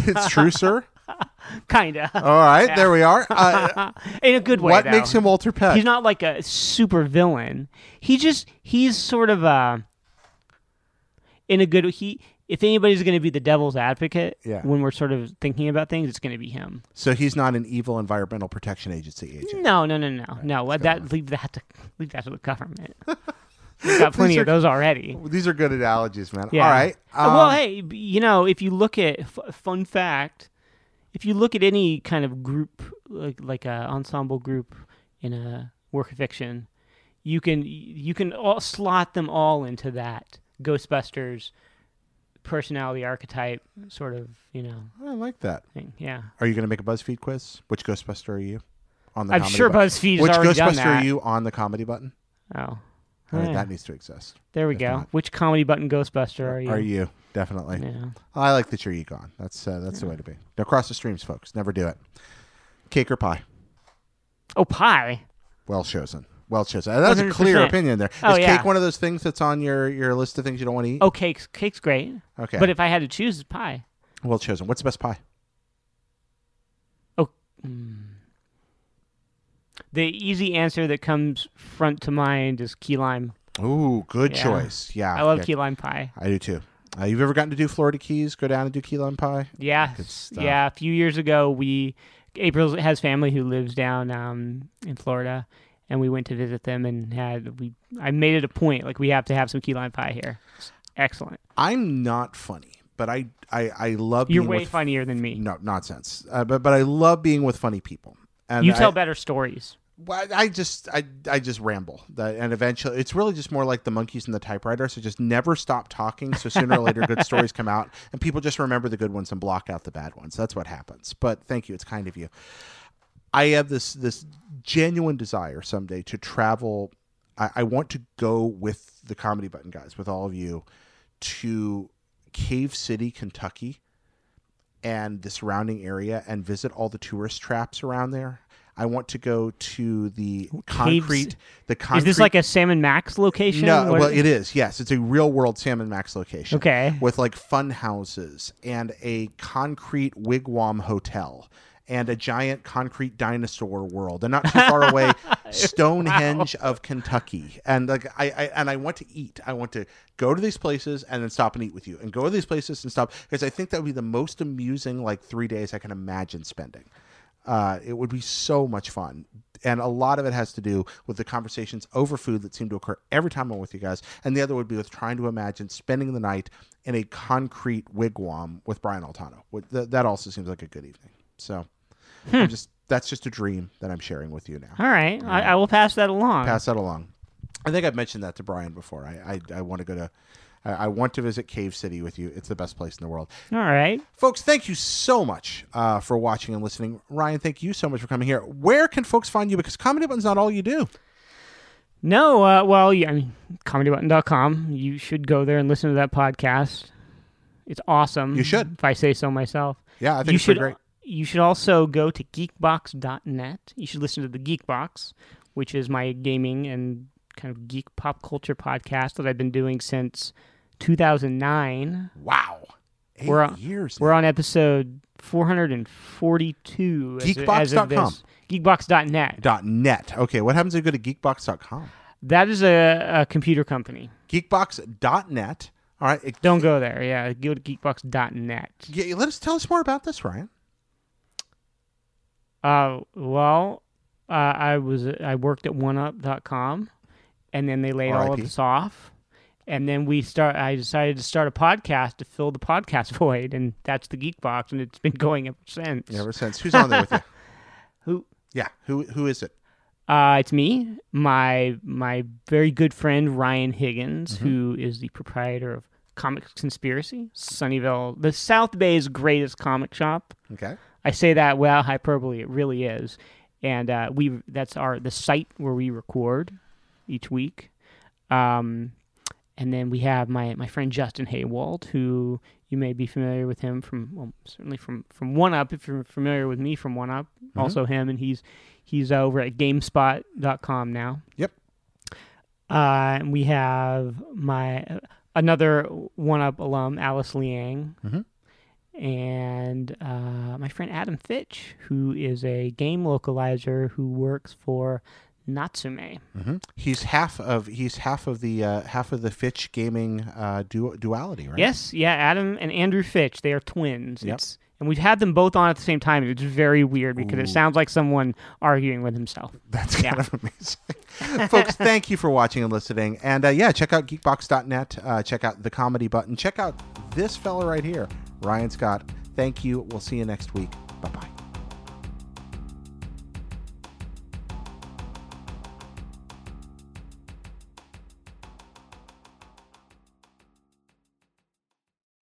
A: It's true, sir.
B: Kinda.
A: All right, there we are. Uh,
B: In a good way.
A: what
B: though.
A: makes him Walter Peck?
B: He's not like a super villain. He just he's sort of uh in a good he if anybody's going to be the devil's advocate
A: Yeah.
B: when we're sort of thinking about things, it's going to be him.
A: so he's not an evil environmental protection agency agent.
B: No, no, no, no, no. That leave that to leave that to the government. We've got plenty
A: are-
B: of those already.
A: These are good analogies, man.
B: Yeah.
A: All right.
B: Uh, well,
A: um,
B: hey, b- you know, if you look at f- fun fact, if you look at any kind of group like like a ensemble group in a work of fiction, you can you can all slot them all into that Ghostbusters personality archetype sort of you know
A: I like that.
B: thing. Yeah,
A: Are you going to make a BuzzFeed quiz? Which Ghostbuster are you? On the
B: I'm
A: comedy
B: sure
A: button.
B: BuzzFeed has
A: Which
B: already done
A: Ghostbuster
B: that.
A: are you on the comedy button?
B: Oh,
A: I mean,
B: Yeah.
A: That needs to exist.
B: there we
A: If
B: go.
A: not-
B: Which comedy button Ghostbuster are you?
A: Are you definitely?
B: Yeah.
A: I like that you're Egon. That's uh, that's the way to be. Now cross the streams, folks. Never do it. Cake or pie?
B: Oh, pie.
A: Well chosen. Well chosen. Uh, That's a
B: 100%.
A: clear opinion there. Is
B: Oh, yeah.
A: cake one of those things that's on your, your list of things you don't want to eat?
B: Oh, cake's cake's great.
A: okay.
B: But if I had to choose, it's pie.
A: well chosen. What's the best pie?
B: Oh, mm. the easy answer that comes front to mind is key lime.
A: Ooh, good
B: Yeah.
A: choice. Yeah.
B: I love
A: yeah.
B: key lime pie.
A: I do too. Uh, you've ever gotten to do Florida Keys? Go down and do key lime pie?
B: Yeah,
A: Good stuff.
B: yeah. A few years ago, we April has family who lives down um, in Florida, and we went to visit them and had we. I made it a point like we have to have some key lime pie here. It's excellent.
A: I'm not funny, but I I, I love
B: You're
A: being
B: way
A: with
B: funnier than me.
A: no nonsense. Uh, but but I love being with funny people. And
B: you
A: I-
B: tell better stories.
A: Well, I just I I just ramble, that, and eventually it's really just more like the monkeys and the typewriter. So just never stop talking. So sooner or later, good stories come out, and people just remember the good ones and block out the bad ones. That's what happens. But thank you, it's kind of you. I have this this genuine desire someday to travel. I, I want to go with the comedy button guys, with all of you, to Cave City, Kentucky and the surrounding area and visit all the tourist traps around there. I want to go to the concrete. The concrete.
B: Is this like a Sam and Max location?
A: no?
B: What-
A: Well, it is. Yes, it's a real world Sam and Max location.
B: Okay.
A: With like fun houses and a concrete wigwam hotel and a giant concrete dinosaur world and not too far away Stonehenge of Kentucky. And like I, I and I want to eat. I want to go to these places and then stop and eat with you and go to these places and stop because I think that would be the most amusing like three days I can imagine spending. Uh, it would be so much fun. And a lot of it has to do with the conversations over food that seem to occur every time I'm with you guys. And the other would be with trying to imagine spending the night in a concrete wigwam with Brian Altano. What- th- That also seems like a good evening. So I'm just that's just a dream that I'm sharing with you now.
B: All right, I, I will pass that along.
A: Pass that along. I think I've mentioned that to Brian before. I I, I want to go to I, I want to visit Cave City with you. It's the best place in the world.
B: All right.
A: Folks, thank you so much uh, for watching and listening. Ryan, thank you so much for coming here. Where can folks find you? Because Comedy Button's not all you do.
B: No, uh, well, yeah, I mean, comedybutton.com. You should go there and listen to that podcast. It's awesome.
A: You should.
B: If I say so myself.
A: Yeah, I think
B: you
A: it's pretty
B: should
A: great.
B: You should also go to geekbox.net. You should listen to the Geekbox, which is my gaming and kind of geek pop culture podcast that I've been doing since 2009.
A: Wow. 8
B: We're on-
A: years.
B: We're on episode 442. as of- as of
A: Geekbox.com.
B: this. Geekbox.net.
A: Dot net. Okay, what happens if you go to geekbox.com?
B: That is a, a computer company.
A: Geekbox.net. All right. It-
B: Don't go there. Yeah, go to geekbox.net.
A: yeah, let us tell us more about this, Ryan.
B: Uh, well, uh, I was I worked at OneUp.com, and then they laid all of
A: RIP.
B: us off, and then we start. I decided to start a podcast to fill the podcast void, and that's the Geekbox, and it's been going ever since.
A: Ever since. Who's on there with you?
B: Who?
A: Yeah, who who is it?
B: Uh, it's me, my my very good friend Ryan Higgins, who is the proprietor of Comics Conspiracy, Sunnyvale, the South Bay's greatest comic shop.
A: Okay.
B: I say that well, hyperbole. It really is, and uh, we that's our the site where we record each week, um, and then we have my my friend Justin Haywald, who you may be familiar with him from well, certainly from from One Up. If you're familiar with me from One Up, also him, and he's he's over at Gamespot.com now.
A: Yep.
B: Uh, and we have my another one up alum, Alice Liang,
A: Mhm.
B: and uh, my friend Adam Fitch, who is a game localizer who works for Natsume.
A: hmm He's half of he's half of the uh, half of the Fitch gaming uh, du- duality, right?
B: Yes, yeah, Adam and Andrew Fitch, they are twins.
A: Yep.
B: It's, and we've had them both on at the same time. It's very weird because
A: Ooh.
B: it sounds like someone arguing with himself.
A: That's kind
B: Yeah.
A: of amazing. Folks, thank you for watching and listening. And uh, yeah, check out geekbox.net. Uh, check out the comedy button. Check out this fella right here, Ryan Scott. Thank you. We'll see you next week. Bye bye.